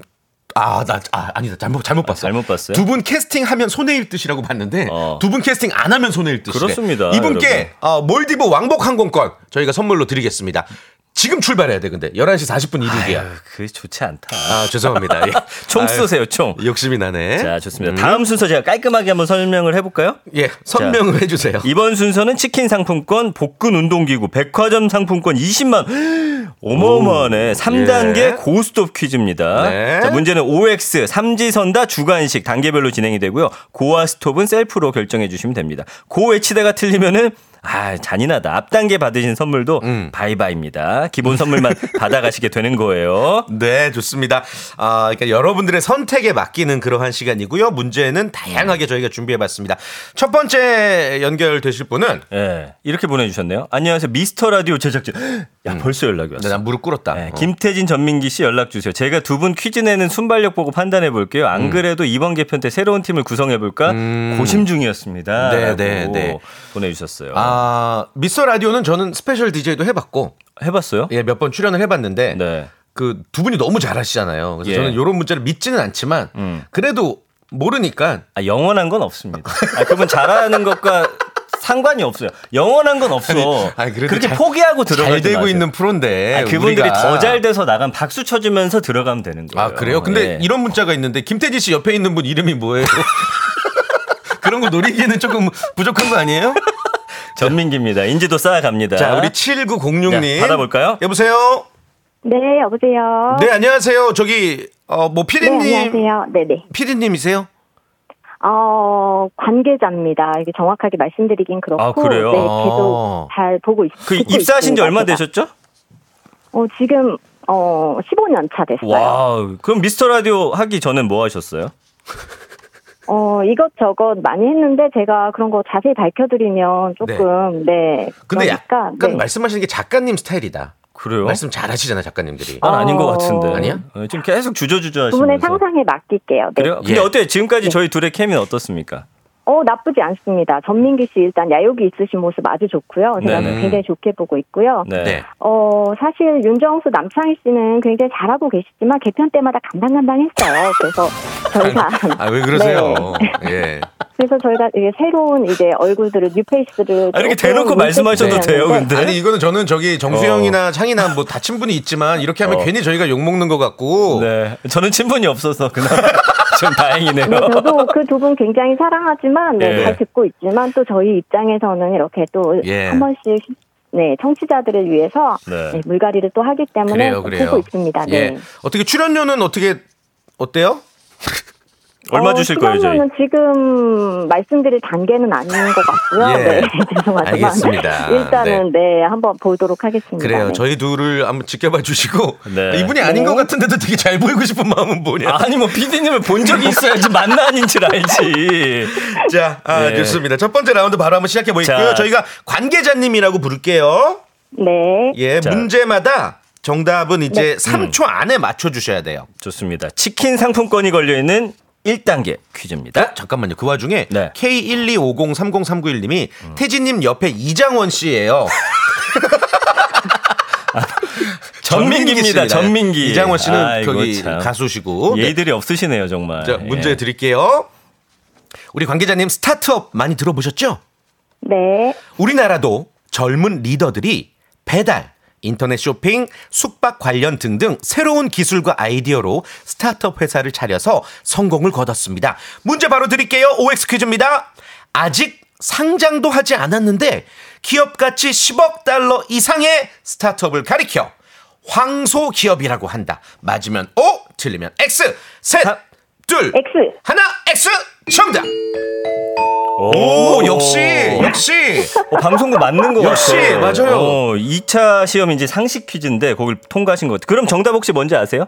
Speaker 3: 아, 나, 아, 아니다. 잘못, 잘못 봤어.
Speaker 4: 잘못 봤어요?
Speaker 3: 두 분 캐스팅하면 손해일 듯이라고 봤는데,
Speaker 4: 어.
Speaker 3: 두 분 캐스팅 안 하면 손해일 듯이.
Speaker 4: 그렇습니다,
Speaker 3: 이분께, 어, 몰디브 왕복 항공권 저희가 선물로 드리겠습니다. 지금 출발해야 돼, 근데. 11시 40분 이륙이야.
Speaker 4: 그게 좋지 않다.
Speaker 3: 아, 죄송합니다. 예.
Speaker 4: 총
Speaker 3: 아유,
Speaker 4: 쏘세요, 총.
Speaker 3: 욕심이 나네.
Speaker 4: 자, 좋습니다. 다음 순서 제가 깔끔하게 한번 설명을 해볼까요?
Speaker 3: 예, 선명을 해주세요.
Speaker 4: 이번 순서는 치킨 상품권, 복근 운동기구, 백화점 상품권 20만. 어마어마하네. 3단계
Speaker 3: 예.
Speaker 4: 고스톱 퀴즈입니다.
Speaker 3: 네.
Speaker 4: 자, 문제는 OX, 삼지선다, 주간식 단계별로 진행이 되고요. 고와 스톱은 셀프로 결정해 주시면 됩니다. 고 외치다가 틀리면은 아, 잔인하다. 앞단계 받으신 선물도
Speaker 3: 음.
Speaker 4: 바이바이입니다. 기본 선물만 받아가시게 되는 거예요.
Speaker 3: 네, 좋습니다. 아, 그러니까 여러분들의 선택에 맡기는 그러한 시간이고요. 문제는 다양하게 저희가 준비해봤습니다. 첫 번째 연결되실 분은
Speaker 4: 예. 이렇게 보내주셨네요. 안녕하세요. 미스터 라디오 제작진. 야, 벌써 연락이 왔어.
Speaker 3: 네, 난 무릎 꿇었다.
Speaker 4: 네, 김태진 전민기 씨 연락 주세요. 제가 두 분 퀴즈 내는 순발력 보고 판단해 볼게요. 안
Speaker 3: 음.
Speaker 4: 그래도 이번 개편 때 새로운 팀을 구성해 볼까 고심 중이었습니다.
Speaker 3: 네,
Speaker 4: 라고
Speaker 3: 네, 네.
Speaker 4: 보내주셨어요.
Speaker 3: 아, 미스터 라디오는 저는 스페셜 DJ도 해봤고,
Speaker 4: 해봤어요?
Speaker 3: 예, 몇 번 출연을 해봤는데,
Speaker 4: 네.
Speaker 3: 그 두 분이 너무 잘하시잖아요. 그래서
Speaker 4: 예. 음.
Speaker 3: 저는 이런 문자를 믿지는 않지만 그래도 모르니까
Speaker 4: 아, 영원한 건 없습니다. 아, 그분 잘하는 것과 상관이 없어요. 영원한 건 없어.
Speaker 3: 아니, 그래도
Speaker 4: 그렇게
Speaker 3: 잘-
Speaker 4: 포기하고 들어가지
Speaker 3: 잘 되고
Speaker 4: 마세요.
Speaker 3: 있는 프로인데
Speaker 4: 아, 그분들이
Speaker 3: 우리가-
Speaker 4: 더 잘 돼서 나간 박수 쳐주면서 들어가면 되는 거예요.
Speaker 3: 아 그래요? 근데
Speaker 4: 예.
Speaker 3: 이런 문자가 있는데 김태지 씨 옆에 있는 분 이름이 뭐예요? 그런 거 노리기에는 조금 부족한 거 아니에요?
Speaker 4: 전민기입니다. 인지도 쌓아갑니다.
Speaker 3: 자 우리
Speaker 4: 네,
Speaker 3: 7906님
Speaker 4: 받아볼까요?
Speaker 10: 여보세요.
Speaker 8: 네, 여보세요. 네,
Speaker 10: 네 안녕하세요. 저기 어뭐 피디님
Speaker 8: 안녕하세요. 네네.
Speaker 10: 피디님이세요?
Speaker 8: 어, 관계자입니다. 이게 정확하게 말씀드리긴 그렇고.
Speaker 4: 아, 그래요?
Speaker 8: 네,
Speaker 3: 아.
Speaker 8: 계속 잘 보고 있,
Speaker 4: 그
Speaker 8: 듣고
Speaker 4: 입사하신 지
Speaker 8: 있습니다,
Speaker 4: 얼마
Speaker 8: 제가.
Speaker 4: 되셨죠?
Speaker 8: 어, 지금, 어, 15년 차 됐어요.
Speaker 4: 와, 그럼 미스터 라디오 하기 전엔 뭐 하셨어요?
Speaker 8: 어, 이것저것 많이 했는데 제가 그런 거 자세히 밝혀드리면 조금, 네.
Speaker 3: 근데
Speaker 8: 그러니까,
Speaker 3: 약간
Speaker 8: 네.
Speaker 3: 말씀하시는 게 작작님 스타일이다.
Speaker 4: 그래요?
Speaker 3: 말씀 잘 하시잖아요, 작가님들이.
Speaker 4: 난 아닌 것 같은데.
Speaker 3: 아니야?
Speaker 4: 어, 지금 계속 주저주저 하시면서.
Speaker 8: 부분의 상상에 맡길게요. 네.
Speaker 4: 그래요? 근데
Speaker 3: 예.
Speaker 4: 어때요? 지금까지 저희 둘의 케미는 어떻습니까?
Speaker 8: 어, 나쁘지 않습니다. 전민기 씨 일단 야욕이 있으신 모습 아주 좋고요. 제가
Speaker 4: 네네.
Speaker 8: 굉장히 좋게 보고 있고요.
Speaker 4: 네.
Speaker 3: 음. 네.
Speaker 8: 어, 사실 윤정수 남창희 씨는 굉장히 잘하고 계시지만 개편 때마다 간당간당했어요. 그래서 저희가
Speaker 3: 아 왜 그러세요?
Speaker 8: 네.
Speaker 3: 예.
Speaker 8: 그래서 저희가 이제 새로운 이제 얼굴들을 뉴페이스를
Speaker 4: 아, 이렇게
Speaker 8: 조금
Speaker 4: 대놓고
Speaker 8: 인색을
Speaker 4: 말씀하셔도 돼요,
Speaker 8: 드렸는데
Speaker 4: 근데?
Speaker 3: 아니 이거는 저는 저기 정수영이나 창이나 뭐 다친 분이 있지만 이렇게 하면
Speaker 4: 어.
Speaker 3: 괜히 저희가 욕 먹는 것 같고.
Speaker 4: 네. 저는 친분이 없어서 그냥 좀 다행이네요.
Speaker 8: 네, 저도 그 두 분 굉장히 사랑하지만 네,
Speaker 4: 그러니까. 예.
Speaker 8: 잘 듣고 있지만 또 저희 입장에서는 이렇게 또 한
Speaker 3: 예.
Speaker 8: 번씩 네 청취자들을 위해서
Speaker 4: 네.
Speaker 8: 네, 물갈이를 또 하기 때문에
Speaker 3: 그래요,
Speaker 8: 듣
Speaker 3: 그래요.
Speaker 8: 보고 있습니다. 네.
Speaker 3: 예. 어떻게 출연료는 어떻게 어때요?
Speaker 4: 얼마
Speaker 8: 어,
Speaker 4: 주실 거예요, 저희?
Speaker 8: 시간으로는 지금 말씀드릴 단계는 아닌 것 같고요.
Speaker 3: 예.
Speaker 8: 네, 죄송하지만
Speaker 3: 알겠습니다.
Speaker 8: 일단은 네. 한번 보도록 하겠습니다.
Speaker 3: 그래요.
Speaker 8: 네.
Speaker 3: 저희 둘을 한번 지켜봐 주시고
Speaker 4: 네.
Speaker 3: 이분이 아닌 것 같은데도 되게 잘 보이고 싶은 마음은 뭐냐.
Speaker 4: 아니 뭐 PD님을 본 적이 있어야지 만나 아닌 줄 알지.
Speaker 3: 자, 아,
Speaker 4: 네.
Speaker 3: 좋습니다. 첫 번째 라운드 바로 한번 시작해 보겠고요.
Speaker 4: 자.
Speaker 3: 저희가 관계자님이라고 부를게요.
Speaker 8: 네.
Speaker 3: 예,
Speaker 4: 자.
Speaker 3: 문제마다 정답은 이제 3초 안에 맞춰 주셔야 돼요.
Speaker 4: 좋습니다. 치킨 상품권이 걸려 있는 1단계 퀴즈입니다.
Speaker 3: 아, 잠깐만요. 그 와중에
Speaker 4: 네.
Speaker 3: K125030391님이 태진님 옆에 이장원 씨예요.
Speaker 4: 전민기입니다.
Speaker 3: 씨입니다.
Speaker 4: 전민기.
Speaker 3: 이장원 씨는
Speaker 4: 아이고,
Speaker 3: 거기
Speaker 4: 참.
Speaker 3: 가수시고. 네.
Speaker 4: 예의들이 없으시네요, 정말.
Speaker 3: 자,
Speaker 4: 예.
Speaker 3: 문제 드릴게요. 우리 관계자님 스타트업 많이 들어보셨죠?
Speaker 8: 네.
Speaker 3: 우리나라도 젊은 리더들이 배달, 인터넷 쇼핑, 숙박 관련 등등 새로운 기술과 아이디어로 스타트업 회사를 차려서 성공을 거뒀습니다. 문제 바로 드릴게요. OX 퀴즈입니다. 아직 상장도 하지 않았는데 기업 가치 10억 달러 이상의 스타트업을 가리켜 황소 기업이라고 한다. 맞으면 O, 틀리면 X. 셋, 둘,
Speaker 8: X.
Speaker 3: 하나, X. 정답.
Speaker 4: 오,
Speaker 3: 오, 역시, 역시.
Speaker 4: 어, 방송국 맞는 거
Speaker 3: 역시,
Speaker 4: 같아요.
Speaker 3: 맞아요.
Speaker 4: 어, 2차 시험 이제 상식 퀴즈인데 그걸 통과하신 것 같아요. 그럼 정답 혹시 뭔지 아세요?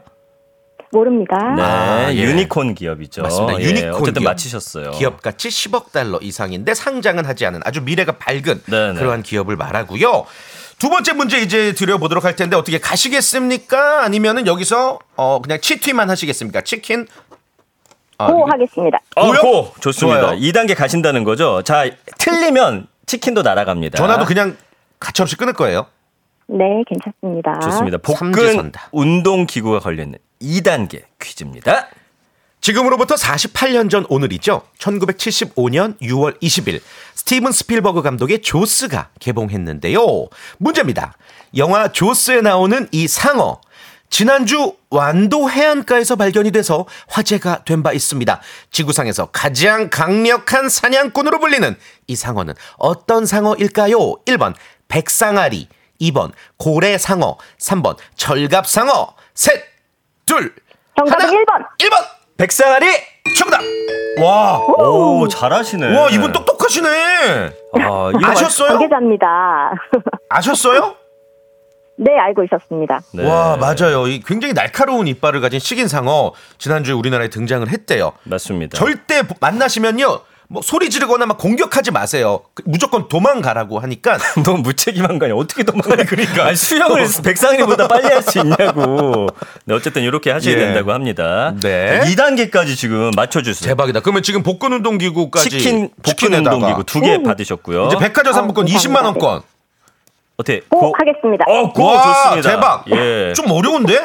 Speaker 8: 모릅니다.
Speaker 4: 네,
Speaker 3: 아, 예.
Speaker 4: 유니콘 기업이죠.
Speaker 3: 맞습니다.
Speaker 4: 예,
Speaker 3: 유니콘
Speaker 4: 어쨌든
Speaker 3: 기업.
Speaker 4: 맞히셨어요.
Speaker 3: 기업 가치 10억 달러 이상인데 상장은 하지 않은 아주 미래가 밝은
Speaker 4: 네네.
Speaker 3: 그러한 기업을 말하고요. 두 번째 문제 이제 드려보도록 할 텐데 어떻게 가시겠습니까? 아니면은 여기서 어 그냥 치튀만 하시겠습니까? 치킨 아,
Speaker 8: 고 하겠습니다.
Speaker 4: 어,
Speaker 3: 뭐요?
Speaker 4: 고! 좋습니다.
Speaker 3: 좋아요.
Speaker 4: 이 2단계 가신다는 거죠. 자, 틀리면 치킨도 날아갑니다.
Speaker 3: 전화도 그냥 가차 없이 끊을 거예요.
Speaker 8: 네, 괜찮습니다.
Speaker 4: 좋습니다. 복근
Speaker 3: 삼지선다.
Speaker 4: 운동 기구가 걸려있는 2단계 퀴즈입니다.
Speaker 3: 지금으로부터 48년 전 오늘이죠. 1975년 6월 20일 스티븐 스필버그 감독의 조스가 개봉했는데요. 문제입니다. 영화 조스에 나오는 이 상어 지난주 완도 해안가에서 발견이 돼서 화제가 된 바 있습니다. 지구상에서 가장 강력한 사냥꾼으로 불리는 이 상어는 어떤 상어일까요? 1번 백상아리, 2번 고래상어, 3번 절갑상어, 셋, 둘,
Speaker 8: 정답은
Speaker 3: 하나.
Speaker 8: 1번.
Speaker 3: 1번
Speaker 4: 백상아리!
Speaker 3: 정답. 와,
Speaker 4: 오, 잘하시네.
Speaker 3: 와 이분 똑똑하시네.
Speaker 4: 아, 이거
Speaker 3: 아셨어요?
Speaker 8: 관계자입니다.
Speaker 3: 아셨어요?
Speaker 8: 네, 알고 있었습니다.
Speaker 4: 네.
Speaker 3: 와 맞아요. 이 굉장히 날카로운 이빨을 가진 식인상어 지난주에 우리나라에 등장을 했대요. 네.
Speaker 4: 맞습니다.
Speaker 3: 절대 보- 만나시면요. 뭐 소리 지르거나 막 공격하지 마세요. 그- 무조건 도망가라고 하니까
Speaker 4: 너무 무책임한 거 아니야? 어떻게 도망가? 그러니까. 아니, 수영을 백상이보다 빨리 할 수 있냐고. 네, 어쨌든 이렇게 하셔야
Speaker 3: 예.
Speaker 4: 된다고 합니다.
Speaker 3: 네.
Speaker 4: 2단계까지 지금 맞춰주세요.
Speaker 3: 대박이다. 그러면 지금 복근 운동기구까지
Speaker 4: 치킨, 복근
Speaker 3: 치킨에다가
Speaker 4: 운동기구 두 개 받으셨고요.
Speaker 3: 이제 백화점
Speaker 8: 아,
Speaker 3: 상품권
Speaker 8: 감사합니다.
Speaker 3: 20만 원권
Speaker 4: 어때?
Speaker 8: 고 하겠습니다.
Speaker 4: 어, 고
Speaker 3: 와,
Speaker 4: 좋습니다.
Speaker 3: 대박.
Speaker 4: 예.
Speaker 3: 좀 어려운데?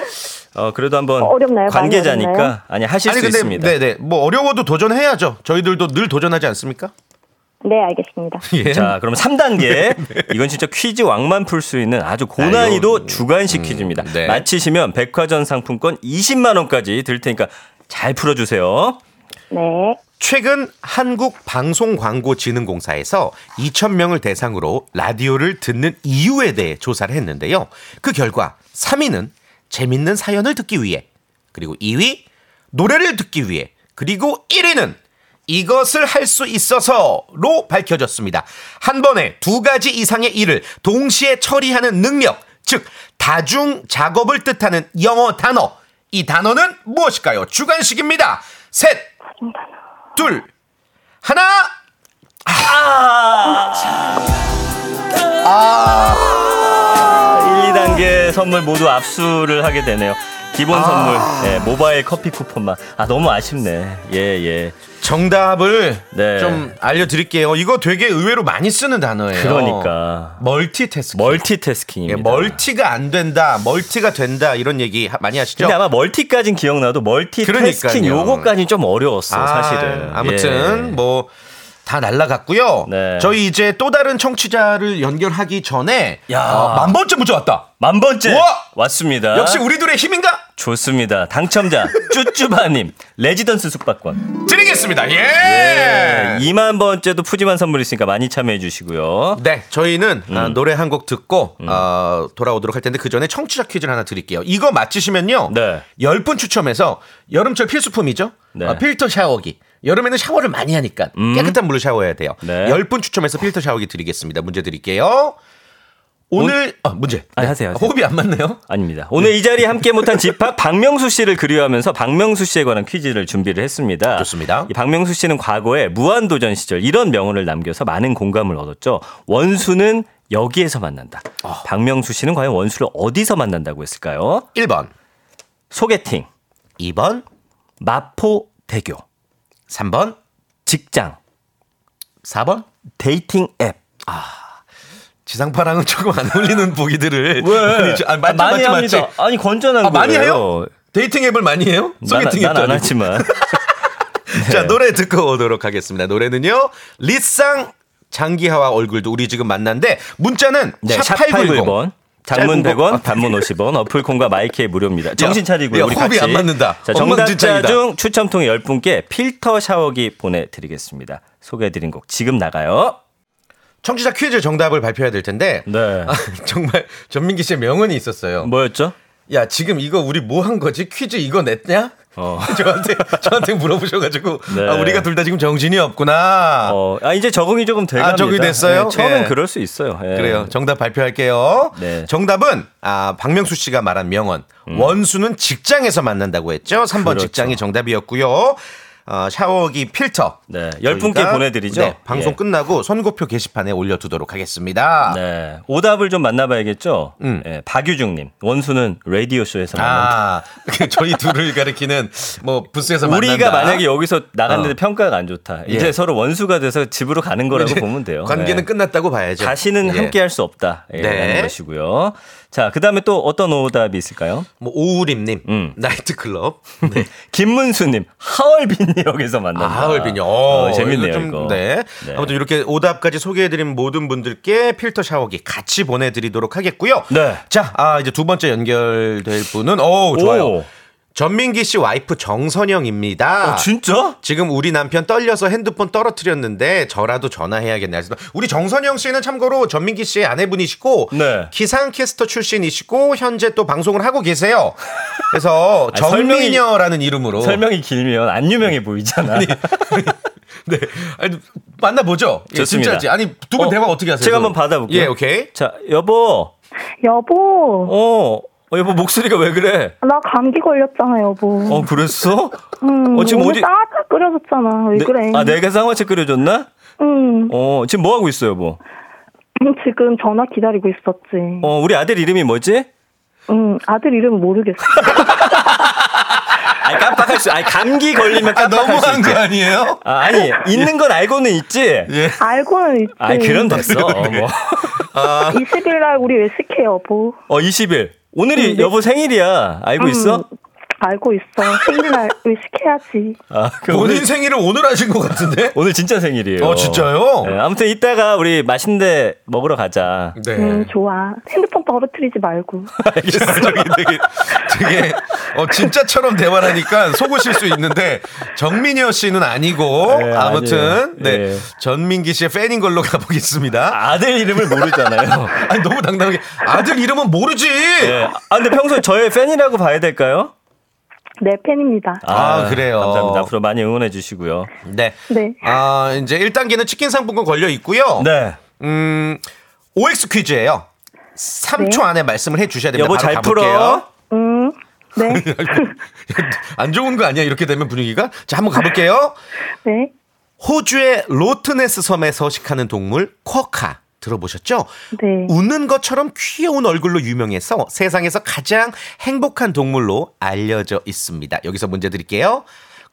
Speaker 4: 어, 그래도 한번
Speaker 8: 어, 어렵나요? 많이
Speaker 4: 관계자니까
Speaker 8: 어렵나요?
Speaker 4: 아니 하실
Speaker 3: 아니
Speaker 4: 수
Speaker 3: 근데
Speaker 4: 있습니다.
Speaker 3: 네네 뭐 어려워도 도전해야죠. 저희들도 늘 도전하지 않습니까?
Speaker 8: 네, 알겠습니다.
Speaker 3: 예. 네,
Speaker 4: 자, 그럼 3단계. 이건 진짜 퀴즈 왕만 풀 수 있는 아주 고난이도 주관식 퀴즈입니다.
Speaker 3: 음, 네.
Speaker 4: 맞히시면 백화점 상품권 20만원까지 드릴 테니까 잘 풀어주세요.
Speaker 8: 네.
Speaker 3: 최근 한국 방송광고진흥공사에서 2,000명을 대상으로 라디오를 듣는 이유에 대해 조사를 했는데요. 그 결과 3위는 재밌는 사연을 듣기 위해, 그리고 2위 노래를 듣기 위해, 그리고 1위는 이것을 할 수 있어서로 밝혀졌습니다. 한 번에 두 가지 이상의 일을 동시에 처리하는 능력, 즉 다중 작업을 뜻하는 영어 단어. 이 단어는 무엇일까요? 주관식입니다. 셋, 둘, 하나.
Speaker 4: 아. 일, 1, 2단계 선물 모두 압수를 하게 되네요.
Speaker 3: 아.
Speaker 4: 기본 선물, 예, 모바일 커피 쿠폰만. 아, 너무 아쉽네. 예, 예.
Speaker 3: 정답을
Speaker 4: 네.
Speaker 3: 좀 알려드릴게요. 이거 되게 의외로 많이 쓰는 단어예요.
Speaker 4: 그러니까.
Speaker 3: 멀티태스킹. 예,
Speaker 4: 멀티태스킹입니다.
Speaker 3: 멀티가 안 된다, 멀티가 된다 이런 얘기 하- 많이 하시죠?
Speaker 4: 근데 아마 멀티까진 기억나도 멀티태스킹
Speaker 3: 그러니까요.
Speaker 4: 요거까지 좀 어려웠어, 사실은.
Speaker 3: 아, 무튼
Speaker 4: 예.
Speaker 3: 뭐. 다 날라갔고요.
Speaker 4: 네.
Speaker 3: 저희 이제 또 다른 청취자를 연결하기 전에
Speaker 4: 야. 어?
Speaker 3: 어, 만 번째 문자 왔다.
Speaker 4: 만 번째
Speaker 3: 우와!
Speaker 4: 왔습니다.
Speaker 3: 역시 우리들의 힘인가?
Speaker 4: 좋습니다. 당첨자 쭈쭈바님 레지던스 숙박권
Speaker 3: 드리겠습니다. 예. 네.
Speaker 4: 예, 2만 번째도 푸짐한 선물 있으니까 많이 참여해 주시고요.
Speaker 3: 네, 저희는
Speaker 4: 음.
Speaker 3: 아, 노래 한 곡 듣고 어, 돌아오도록 할 텐데 그 전에 청취자 퀴즈를 하나 드릴게요. 이거 맞히시면요.
Speaker 4: 네.
Speaker 3: 10분 추첨해서 여름철 필수품이죠.
Speaker 4: 네. 음.
Speaker 3: 어, 필터 샤워기. 여름에는 샤워를 많이 하니까 깨끗한 물로 샤워해야 돼요.
Speaker 4: 네.
Speaker 3: 10분 추첨해서 필터 샤워기 드리겠습니다. 문제 드릴게요. 오늘 아, 문제.
Speaker 4: 아니, 하세요, 하세요.
Speaker 3: 호흡이 안 맞네요.
Speaker 4: 아닙니다. 오늘 이 자리에 함께 못한 집합 박명수 씨를 그리워하면서 박명수 씨에 관한 퀴즈를 준비를 했습니다.
Speaker 3: 좋습니다.
Speaker 4: 이 박명수 씨는 과거에 무한도전 시절 이런 명언을 남겨서 많은 공감을 얻었죠. 원수는 여기에서 만난다.
Speaker 3: 아.
Speaker 4: 박명수 씨는 과연 원수를 어디서 만난다고 했을까요?
Speaker 3: 1번,
Speaker 4: 소개팅,
Speaker 3: 2번,
Speaker 4: 마포 대교,
Speaker 3: 3번,
Speaker 4: 직장,
Speaker 3: 4번.
Speaker 4: 데이팅 앱.
Speaker 3: 지상파랑은 조금 안 어울리는 보기들을 많이 주- 아,
Speaker 4: 아,
Speaker 3: 맞지,
Speaker 4: 많이
Speaker 3: 맞지, 맞지.
Speaker 4: 합니다. 아니 건전한
Speaker 3: 아,
Speaker 4: 거예요.
Speaker 3: 많이 해요? 데이팅 앱을 많이 해요? 소개팅 앱도
Speaker 4: 난안
Speaker 3: 아니고.
Speaker 4: 하지만
Speaker 3: 자, 노래 듣고 오도록 하겠습니다. 노래는요. 리쌍 장기하와 얼굴도 우리 지금 만난데 문자는
Speaker 4: 네,
Speaker 3: 샵
Speaker 4: 샵
Speaker 3: 8910.
Speaker 4: 8910. 단문
Speaker 3: 짧은
Speaker 4: 100원,
Speaker 3: 거-
Speaker 4: 단문 50원, 어플 콩과 마이크의 무료입니다. 정신 차리고요.
Speaker 3: 야,
Speaker 4: 우리
Speaker 3: 호흡이
Speaker 4: 같이.
Speaker 3: 안 맞는다.
Speaker 4: 자, 정답자
Speaker 3: 엉망진창이다.
Speaker 4: 중 추첨 통해 10분께 필터 샤워기 보내드리겠습니다. 소개해드린 곡 지금 나가요.
Speaker 3: 청취자 퀴즈 정답을 발표해야 될 텐데.
Speaker 4: 네.
Speaker 3: 아, 정말 전민기 씨의 명언이 있었어요.
Speaker 4: 뭐였죠?
Speaker 3: 야, 지금 이거 우리 뭐 한 거지? 퀴즈 이거 냈냐?
Speaker 4: 어.
Speaker 3: 저한테 저한테 물어보셔가지고
Speaker 4: 네.
Speaker 3: 아, 우리가 둘 다 지금 정신이 없구나.
Speaker 4: 어, 아 이제 적응이 조금 돼갑니다.
Speaker 3: 아, 적응이 됐어요?
Speaker 4: 네, 처음엔
Speaker 3: 예.
Speaker 4: 그럴 수 있어요. 예.
Speaker 3: 그래요. 정답 발표할게요.
Speaker 4: 네. 음.
Speaker 3: 정답은 아 박명수 씨가 말한 명언 원수는 직장에서 만난다고 했죠. 3번
Speaker 4: 그렇죠.
Speaker 3: 직장이 정답이었고요. 어, 샤워기 필터.
Speaker 4: 네, 열 분께
Speaker 3: 저희가,
Speaker 4: 보내드리죠.
Speaker 3: 네, 방송
Speaker 4: 예.
Speaker 3: 끝나고 선고표 게시판에 올려두도록 하겠습니다.
Speaker 4: 네, 오답을 좀 만나봐야겠죠.
Speaker 3: 음.
Speaker 4: 예, 박유중님, 원수는 라디오 쇼에서
Speaker 3: 아,
Speaker 4: 만난다.
Speaker 3: 그 저희 둘을 가리키는 뭐 부스에서
Speaker 4: 네. 우리가
Speaker 3: 만난다.
Speaker 4: 만약에 여기서 나갔는데
Speaker 3: 어.
Speaker 4: 평가가 안 좋다. 이제
Speaker 3: 예.
Speaker 4: 서로 원수가 돼서 집으로 가는 거라고 보면 돼요.
Speaker 3: 관계는
Speaker 4: 네.
Speaker 3: 끝났다고 봐야죠.
Speaker 4: 다시는
Speaker 3: 예.
Speaker 4: 함께 할 수 없다. 예,
Speaker 3: 네.
Speaker 4: 라는 것이고요. 자, 그 다음에 또 어떤 오답이 있을까요?
Speaker 3: 뭐 오우림님
Speaker 4: 음.
Speaker 3: 나이트클럽. 네.
Speaker 4: 김문수님, 아, 하얼빈역에서 만난다.
Speaker 3: 아, 하얼빈요.
Speaker 4: 어, 재밌네요, 이거.
Speaker 3: 네.
Speaker 4: 네.
Speaker 3: 아무튼 이렇게 오답까지 소개해드린 모든 분들께 필터 샤워기 같이 보내드리도록 하겠고요.
Speaker 4: 네.
Speaker 3: 자, 아, 이제 두 번째 연결될 분은, 오, 좋아요.
Speaker 4: 오.
Speaker 3: 전민기 씨 와이프 정선영입니다.
Speaker 4: 어, 진짜?
Speaker 3: 지금 우리 남편 떨려서 핸드폰 떨어뜨렸는데 저라도 전화해야겠네. 그래서 우리 정선영 씨는 참고로 전민기 씨의 아내분이시고
Speaker 4: 네.
Speaker 3: 기상캐스터 출신이시고 현재 또 방송을 하고 계세요. 그래서
Speaker 4: 아니, 설명이-
Speaker 3: 정민여라는 이름으로
Speaker 4: 설명이 길면 안 유명해 보이잖아.
Speaker 3: 네. 아니, 만나보죠. 예,
Speaker 4: 좋습니다.
Speaker 3: 진짜지. 아니, 두 분
Speaker 4: 어,
Speaker 3: 대화 어떻게 하세요?
Speaker 4: 제가 한번 받아볼게요.
Speaker 3: 예, 오케이.
Speaker 4: 자, 여보,
Speaker 8: 여보,
Speaker 4: 어, 어, 여보, 목소리가 왜 그래?
Speaker 8: 나 감기 걸렸잖아, 여보.
Speaker 4: 어, 그랬어?
Speaker 8: 응,
Speaker 4: 어, 지금
Speaker 8: 오늘
Speaker 4: 어디-
Speaker 8: 싸짝 끓여줬잖아. 왜
Speaker 4: 네,
Speaker 8: 그래?
Speaker 4: 아, 내가 쌍화채 끓여줬나?
Speaker 8: 응,
Speaker 4: 어, 지금 뭐 하고 있어, 여보?
Speaker 8: 지금 전화 기다리고 있었지.
Speaker 4: 어, 우리 아들 이름이 뭐지?
Speaker 8: 응, 아들 이름 모르겠어.
Speaker 4: 아니, 깜빡할 수, 아니, 감기 걸리면
Speaker 3: 아,
Speaker 4: 깜빡할 수
Speaker 3: 너무한 예.
Speaker 4: 있지.
Speaker 3: 거 아니에요?
Speaker 4: 아, 아니, 있는 건 알고는 있지?
Speaker 8: 알고는 있지.
Speaker 3: 음.
Speaker 4: 아이, 그럼 됐어. 어, 뭐.
Speaker 8: 20일 날 우리 왜 스키 여보?
Speaker 4: 어, 20일. 오늘이
Speaker 8: 음, 네.
Speaker 4: 여보 생일이야. 알고 있어?
Speaker 8: 음, 알고 있어. 생일 날 의식해야지.
Speaker 4: 아, 그
Speaker 3: 본인
Speaker 4: 오늘,
Speaker 3: 생일을 오늘 하신 것 같은데?
Speaker 4: 오늘 진짜 생일이에요.
Speaker 3: 어, 진짜요?
Speaker 4: 네, 아무튼 이따가 우리 맛있는 데 먹으러 가자.
Speaker 3: 네.
Speaker 8: 음, 좋아. 핸드폰 떨어뜨리지 말고.
Speaker 3: 저기 되게, 되게 어, 진짜처럼 대화를 하니까 속으실 수 있는데 정민여 씨는 아니고
Speaker 4: 네, 아니에요.
Speaker 3: 아무튼 네
Speaker 4: 예.
Speaker 3: 전민기 씨의 팬인 걸로 가보겠습니다.
Speaker 4: 아들 이름을 모르잖아요.
Speaker 3: 아니 너무 당당하게 아들 이름은 모르지.
Speaker 4: 네. 아, 근데 평소에 저의 팬이라고 봐야 될까요?
Speaker 8: 내 팬입니다.
Speaker 3: 아, 그래요.
Speaker 4: 감사합니다. 앞으로 많이 응원해 주시고요.
Speaker 3: 네.
Speaker 8: 네.
Speaker 3: 아 이제 1단계는 치킨 상품권 걸려 있고요.
Speaker 4: 네.
Speaker 3: 음 OX 퀴즈예요. 3초 안에 말씀을 해주셔야 됩니다.
Speaker 4: 여보
Speaker 3: 바로
Speaker 4: 잘
Speaker 3: 가볼게요.
Speaker 4: 풀어.
Speaker 8: 네. 음, 네,
Speaker 3: 안 좋은 거 아니야 이렇게 되면 분위기가? 자 한번 가볼게요.
Speaker 8: 네.
Speaker 3: 호주의 로트네스 섬에 서식하는 동물 쿼카 들어보셨죠?
Speaker 8: 네.
Speaker 3: 웃는 것처럼 귀여운 얼굴로 유명해서 세상에서 가장 행복한 동물로 알려져 있습니다. 여기서 문제 드릴게요.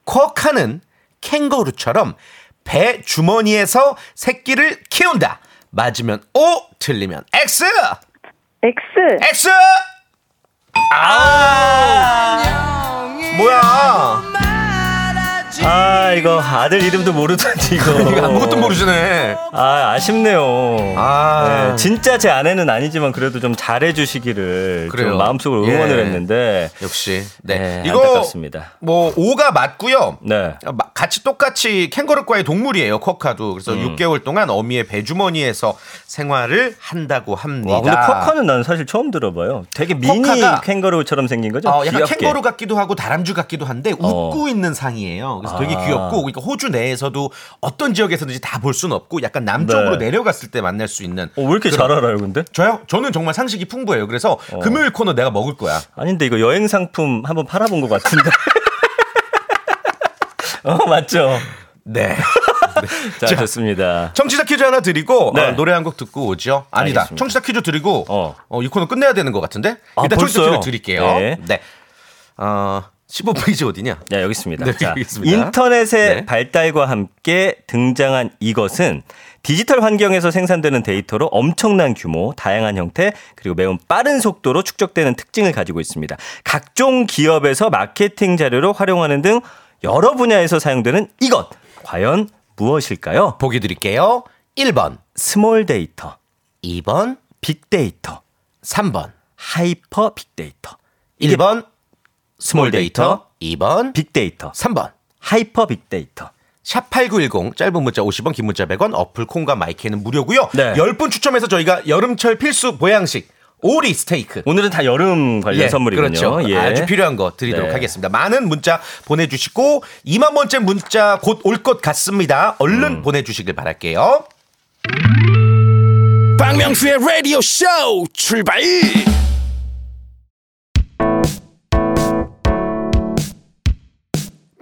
Speaker 3: 쿼카는 캥거루처럼 배 주머니에서 새끼를 키운다. 맞으면 O, 틀리면 X!
Speaker 8: X.
Speaker 3: X! 아! 뭐야?
Speaker 4: 아, 이거 아들 이름도 모르다니 이거.
Speaker 3: 이거 아무것도 모르시네.
Speaker 4: 아, 아쉽네요.
Speaker 3: 아.
Speaker 4: 네, 진짜 제 아내는 아니지만 그래도 좀 잘해 주시기를
Speaker 3: 그래요.
Speaker 4: 좀 마음속으로 응원을
Speaker 3: 예.
Speaker 4: 했는데
Speaker 3: 역시. 네.
Speaker 4: 네,
Speaker 3: 이거
Speaker 4: 안타깝습니다.
Speaker 3: 뭐 O가 맞고요.
Speaker 4: 네.
Speaker 3: 어, 마- 같이 똑같이 캥거루과의 동물이에요. 쿼카도. 그래서
Speaker 4: 음.
Speaker 3: 6개월 동안 어미의 배주머니에서 생활을 한다고 합니다.
Speaker 4: 와, 근데 쿼카는 난 사실 처음 들어봐요. 되게 미니
Speaker 3: 쿼카가-
Speaker 4: 캥거루처럼 생긴 거죠?
Speaker 3: 어, 약간
Speaker 4: 귀엽게.
Speaker 3: 캥거루 같기도 하고 다람쥐 같기도 한데 웃고
Speaker 4: 어.
Speaker 3: 있는 상이에요. 그래서 되게
Speaker 4: 아.
Speaker 3: 귀엽고 그러니까 호주 내에서도 어떤 지역에서든지 다 볼 수는 없고 약간 남쪽으로
Speaker 4: 네.
Speaker 3: 내려갔을 때 만날 수 있는.
Speaker 4: 어, 왜 이렇게 잘 알아요, 근데?
Speaker 3: 저요? 저는 정말 상식이 풍부해요. 그래서
Speaker 4: 어.
Speaker 3: 금요일 코너 내가 먹을 거야.
Speaker 4: 아닌데 이거 여행 상품 한번 팔아본 것 같은데. 어 맞죠.
Speaker 3: 네.
Speaker 4: 자,
Speaker 3: 자.
Speaker 4: 좋습니다.
Speaker 3: 청취자 퀴즈 하나 드리고
Speaker 4: 네.
Speaker 3: 어, 노래 한 곡 듣고 오죠. 아니다.
Speaker 4: 알겠습니다.
Speaker 3: 청취자 퀴즈 드리고 어.
Speaker 4: 어.
Speaker 3: 이 코너 끝내야 되는 것 같은데.
Speaker 4: 아,
Speaker 3: 일단 청취자
Speaker 4: 벌써요?
Speaker 3: 퀴즈 드릴게요. 네.
Speaker 4: 네.
Speaker 3: 어, 15페이지 어디냐?
Speaker 4: 네, 여기 있습니다.
Speaker 3: 네,
Speaker 4: 자,
Speaker 3: 여기 있습니다.
Speaker 4: 인터넷의
Speaker 3: 네.
Speaker 4: 발달과 함께 등장한 이것은 디지털 환경에서 생산되는 데이터로 엄청난 규모, 다양한 형태, 그리고 매우 빠른 속도로 축적되는 특징을 가지고 있습니다. 각종 기업에서 마케팅 자료로 활용하는 등 여러 분야에서 사용되는 이것. 과연 무엇일까요?
Speaker 3: 보기 드릴게요. 1번,
Speaker 4: 스몰 데이터,
Speaker 3: 2번,
Speaker 4: 빅데이터,
Speaker 3: 3번,
Speaker 4: 하이퍼 빅데이터,
Speaker 3: 1번,
Speaker 4: 스몰 데이터,
Speaker 3: 2번,
Speaker 4: 빅데이터,
Speaker 3: 3번.
Speaker 4: 하이퍼 빅데이터.
Speaker 3: 샵8910 짧은 문자 50원 긴 문자 100원 어플 콩과 마이크는 무료고요.
Speaker 4: 네.
Speaker 3: 10분 추첨해서 저희가 여름철 필수 보양식 오리 스테이크
Speaker 4: 오늘은 다 여름 관련
Speaker 3: 예,
Speaker 4: 선물이군요.
Speaker 3: 그렇죠.
Speaker 4: 예.
Speaker 3: 아주 필요한 거 드리도록
Speaker 4: 네.
Speaker 3: 하겠습니다. 많은 문자 보내주시고 2만 번째 문자 곧 올 것 같습니다.
Speaker 4: 음.
Speaker 3: 얼른 보내주시길 바랄게요.
Speaker 11: 박명수의 라디오 쇼 출발!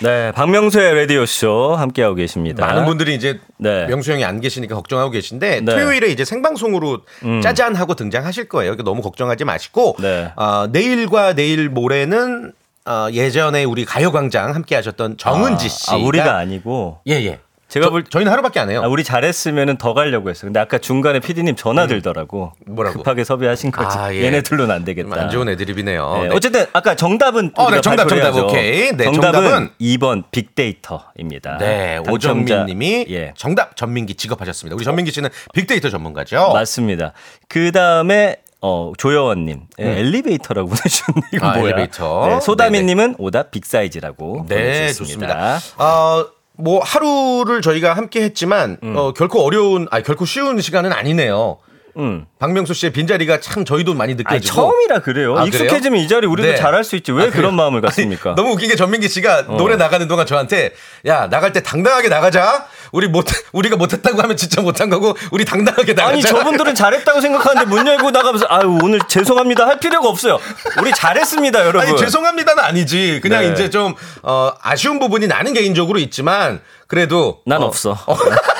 Speaker 4: 네, 박명수의 라디오쇼 함께하고 계십니다.
Speaker 3: 많은 분들이 이제
Speaker 4: 네.
Speaker 3: 명수 형이 안 계시니까 걱정하고 계신데
Speaker 4: 네. 음.
Speaker 3: 토요일에 이제 생방송으로 짜잔 하고 등장하실 거예요. 그러니까 너무 걱정하지 마시고
Speaker 4: 네.
Speaker 3: 어, 내일과 내일 모레는 어, 예전에 우리 가요광장 함께하셨던 정은지 씨.
Speaker 4: 아, 우리가 아니고
Speaker 3: 예예.
Speaker 4: 제가
Speaker 3: 저-
Speaker 4: 볼-
Speaker 3: 저희는 하루밖에 안 해요.
Speaker 4: 아, 우리 잘했으면은 더 가려고 했어. 근데 아까 중간에 PD님 전화 들더라고.
Speaker 3: 음, 뭐라고?
Speaker 4: 급하게 섭외하신 거지.
Speaker 3: 아, 예.
Speaker 4: 얘네 둘로는 안 되겠다.
Speaker 3: 안 좋은 애드립이네요.
Speaker 4: 네,
Speaker 3: 네.
Speaker 4: 어쨌든 아까 정답은
Speaker 3: 어,
Speaker 4: 우리가
Speaker 3: 네, 정답,
Speaker 4: 발표를
Speaker 3: 정답,
Speaker 4: 해야죠.
Speaker 3: 오케이. 네,
Speaker 4: 정답은,
Speaker 3: 정답은
Speaker 4: 2번 빅데이터입니다.
Speaker 3: 네,
Speaker 4: 아, 당첨자-
Speaker 3: 오정민 님이
Speaker 4: 예.
Speaker 3: 정답 전민기 직업하셨습니다. 우리 전민기 씨는 빅데이터 전문가죠.
Speaker 4: 맞습니다. 그 다음에 어, 조여원님 예, 엘리베이터라고 보내주셨네. 이거
Speaker 3: 음. 아,
Speaker 4: 뭐야?
Speaker 3: 엘리베이터.
Speaker 4: 네, 소다미님은 오답 빅사이즈라고
Speaker 3: 네,
Speaker 4: 보내주셨습니다.
Speaker 3: 좋습니다. 어, 뭐 하루를 저희가 함께 했지만 어, 결코 어려운 아 결코 쉬운 시간은 아니네요.
Speaker 4: 음.
Speaker 3: 박명수 씨의 빈자리가 참 저희도 많이 느껴지고
Speaker 4: 아니, 처음이라 그래요.
Speaker 3: 아, 그래요?
Speaker 4: 익숙해지면 이 자리 우리도
Speaker 3: 네.
Speaker 4: 잘할 수 있지. 왜
Speaker 3: 아, 그래요?
Speaker 4: 그런 마음을
Speaker 3: 아니,
Speaker 4: 갖습니까? 어.
Speaker 3: 너무 웃긴 게 전민기 씨가 노래 나가는 동안 저한테 야 나갈 때 당당하게 나가자. 우리 못 우리가 못했다고 하면 진짜 못한 거고 우리 당당하게 나가자.
Speaker 4: 아니 저분들은 잘했다고 생각하는데 문 열고 나가면서 아유 오늘 죄송합니다 할 필요가 없어요. 우리 잘했습니다 여러분.
Speaker 3: 아니 죄송합니다는 아니지. 그냥
Speaker 4: 네.
Speaker 3: 이제 좀 어, 아쉬운 부분이 나는 개인적으로 있지만 그래도
Speaker 4: 난
Speaker 3: 어,
Speaker 4: 없어.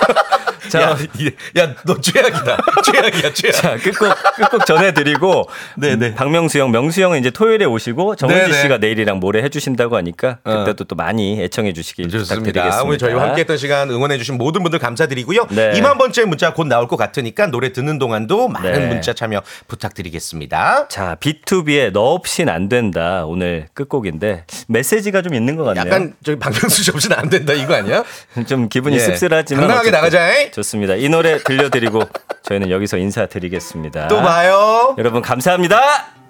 Speaker 3: 자, 야, 이- 야, 너 최악이다. 최악이야, 최악.
Speaker 4: 자, 네, 끝곡, 끝곡 전해드리고. 네네. 박명수 형, 명수 형은 이제 토요일에 오시고 정은지
Speaker 3: 네네. 어.
Speaker 4: 씨가 내일이랑 모레 해주신다고 하니까 그때도 또 많이 애청해 주시길
Speaker 3: 좋습니다.
Speaker 4: 부탁드리겠습니다.
Speaker 3: 오늘 저희와 함께했던 시간 응원해주신 모든 분들 감사드리고요.
Speaker 4: 네.
Speaker 3: 2만 번째 문자 곧 나올 것 같으니까 노래 듣는 동안도 많은
Speaker 4: 네.
Speaker 3: 문자 참여 부탁드리겠습니다.
Speaker 4: 자, B2B의 너 없인 안 된다. 오늘 끝곡인데 메시지가 좀 있는 것 같네요.
Speaker 3: 약간 저기 박명수 씨 없이는 안 된다 이거 아니야?
Speaker 4: 좀 기분이
Speaker 3: 예.
Speaker 4: 씁쓸하지만.
Speaker 3: 당당하게
Speaker 4: 어쨌든
Speaker 3: 나가자, 에이.
Speaker 4: 좋습니다. 이 노래 들려드리고 저희는 여기서 인사드리겠습니다.
Speaker 3: 또 봐요.
Speaker 4: 여러분 감사합니다.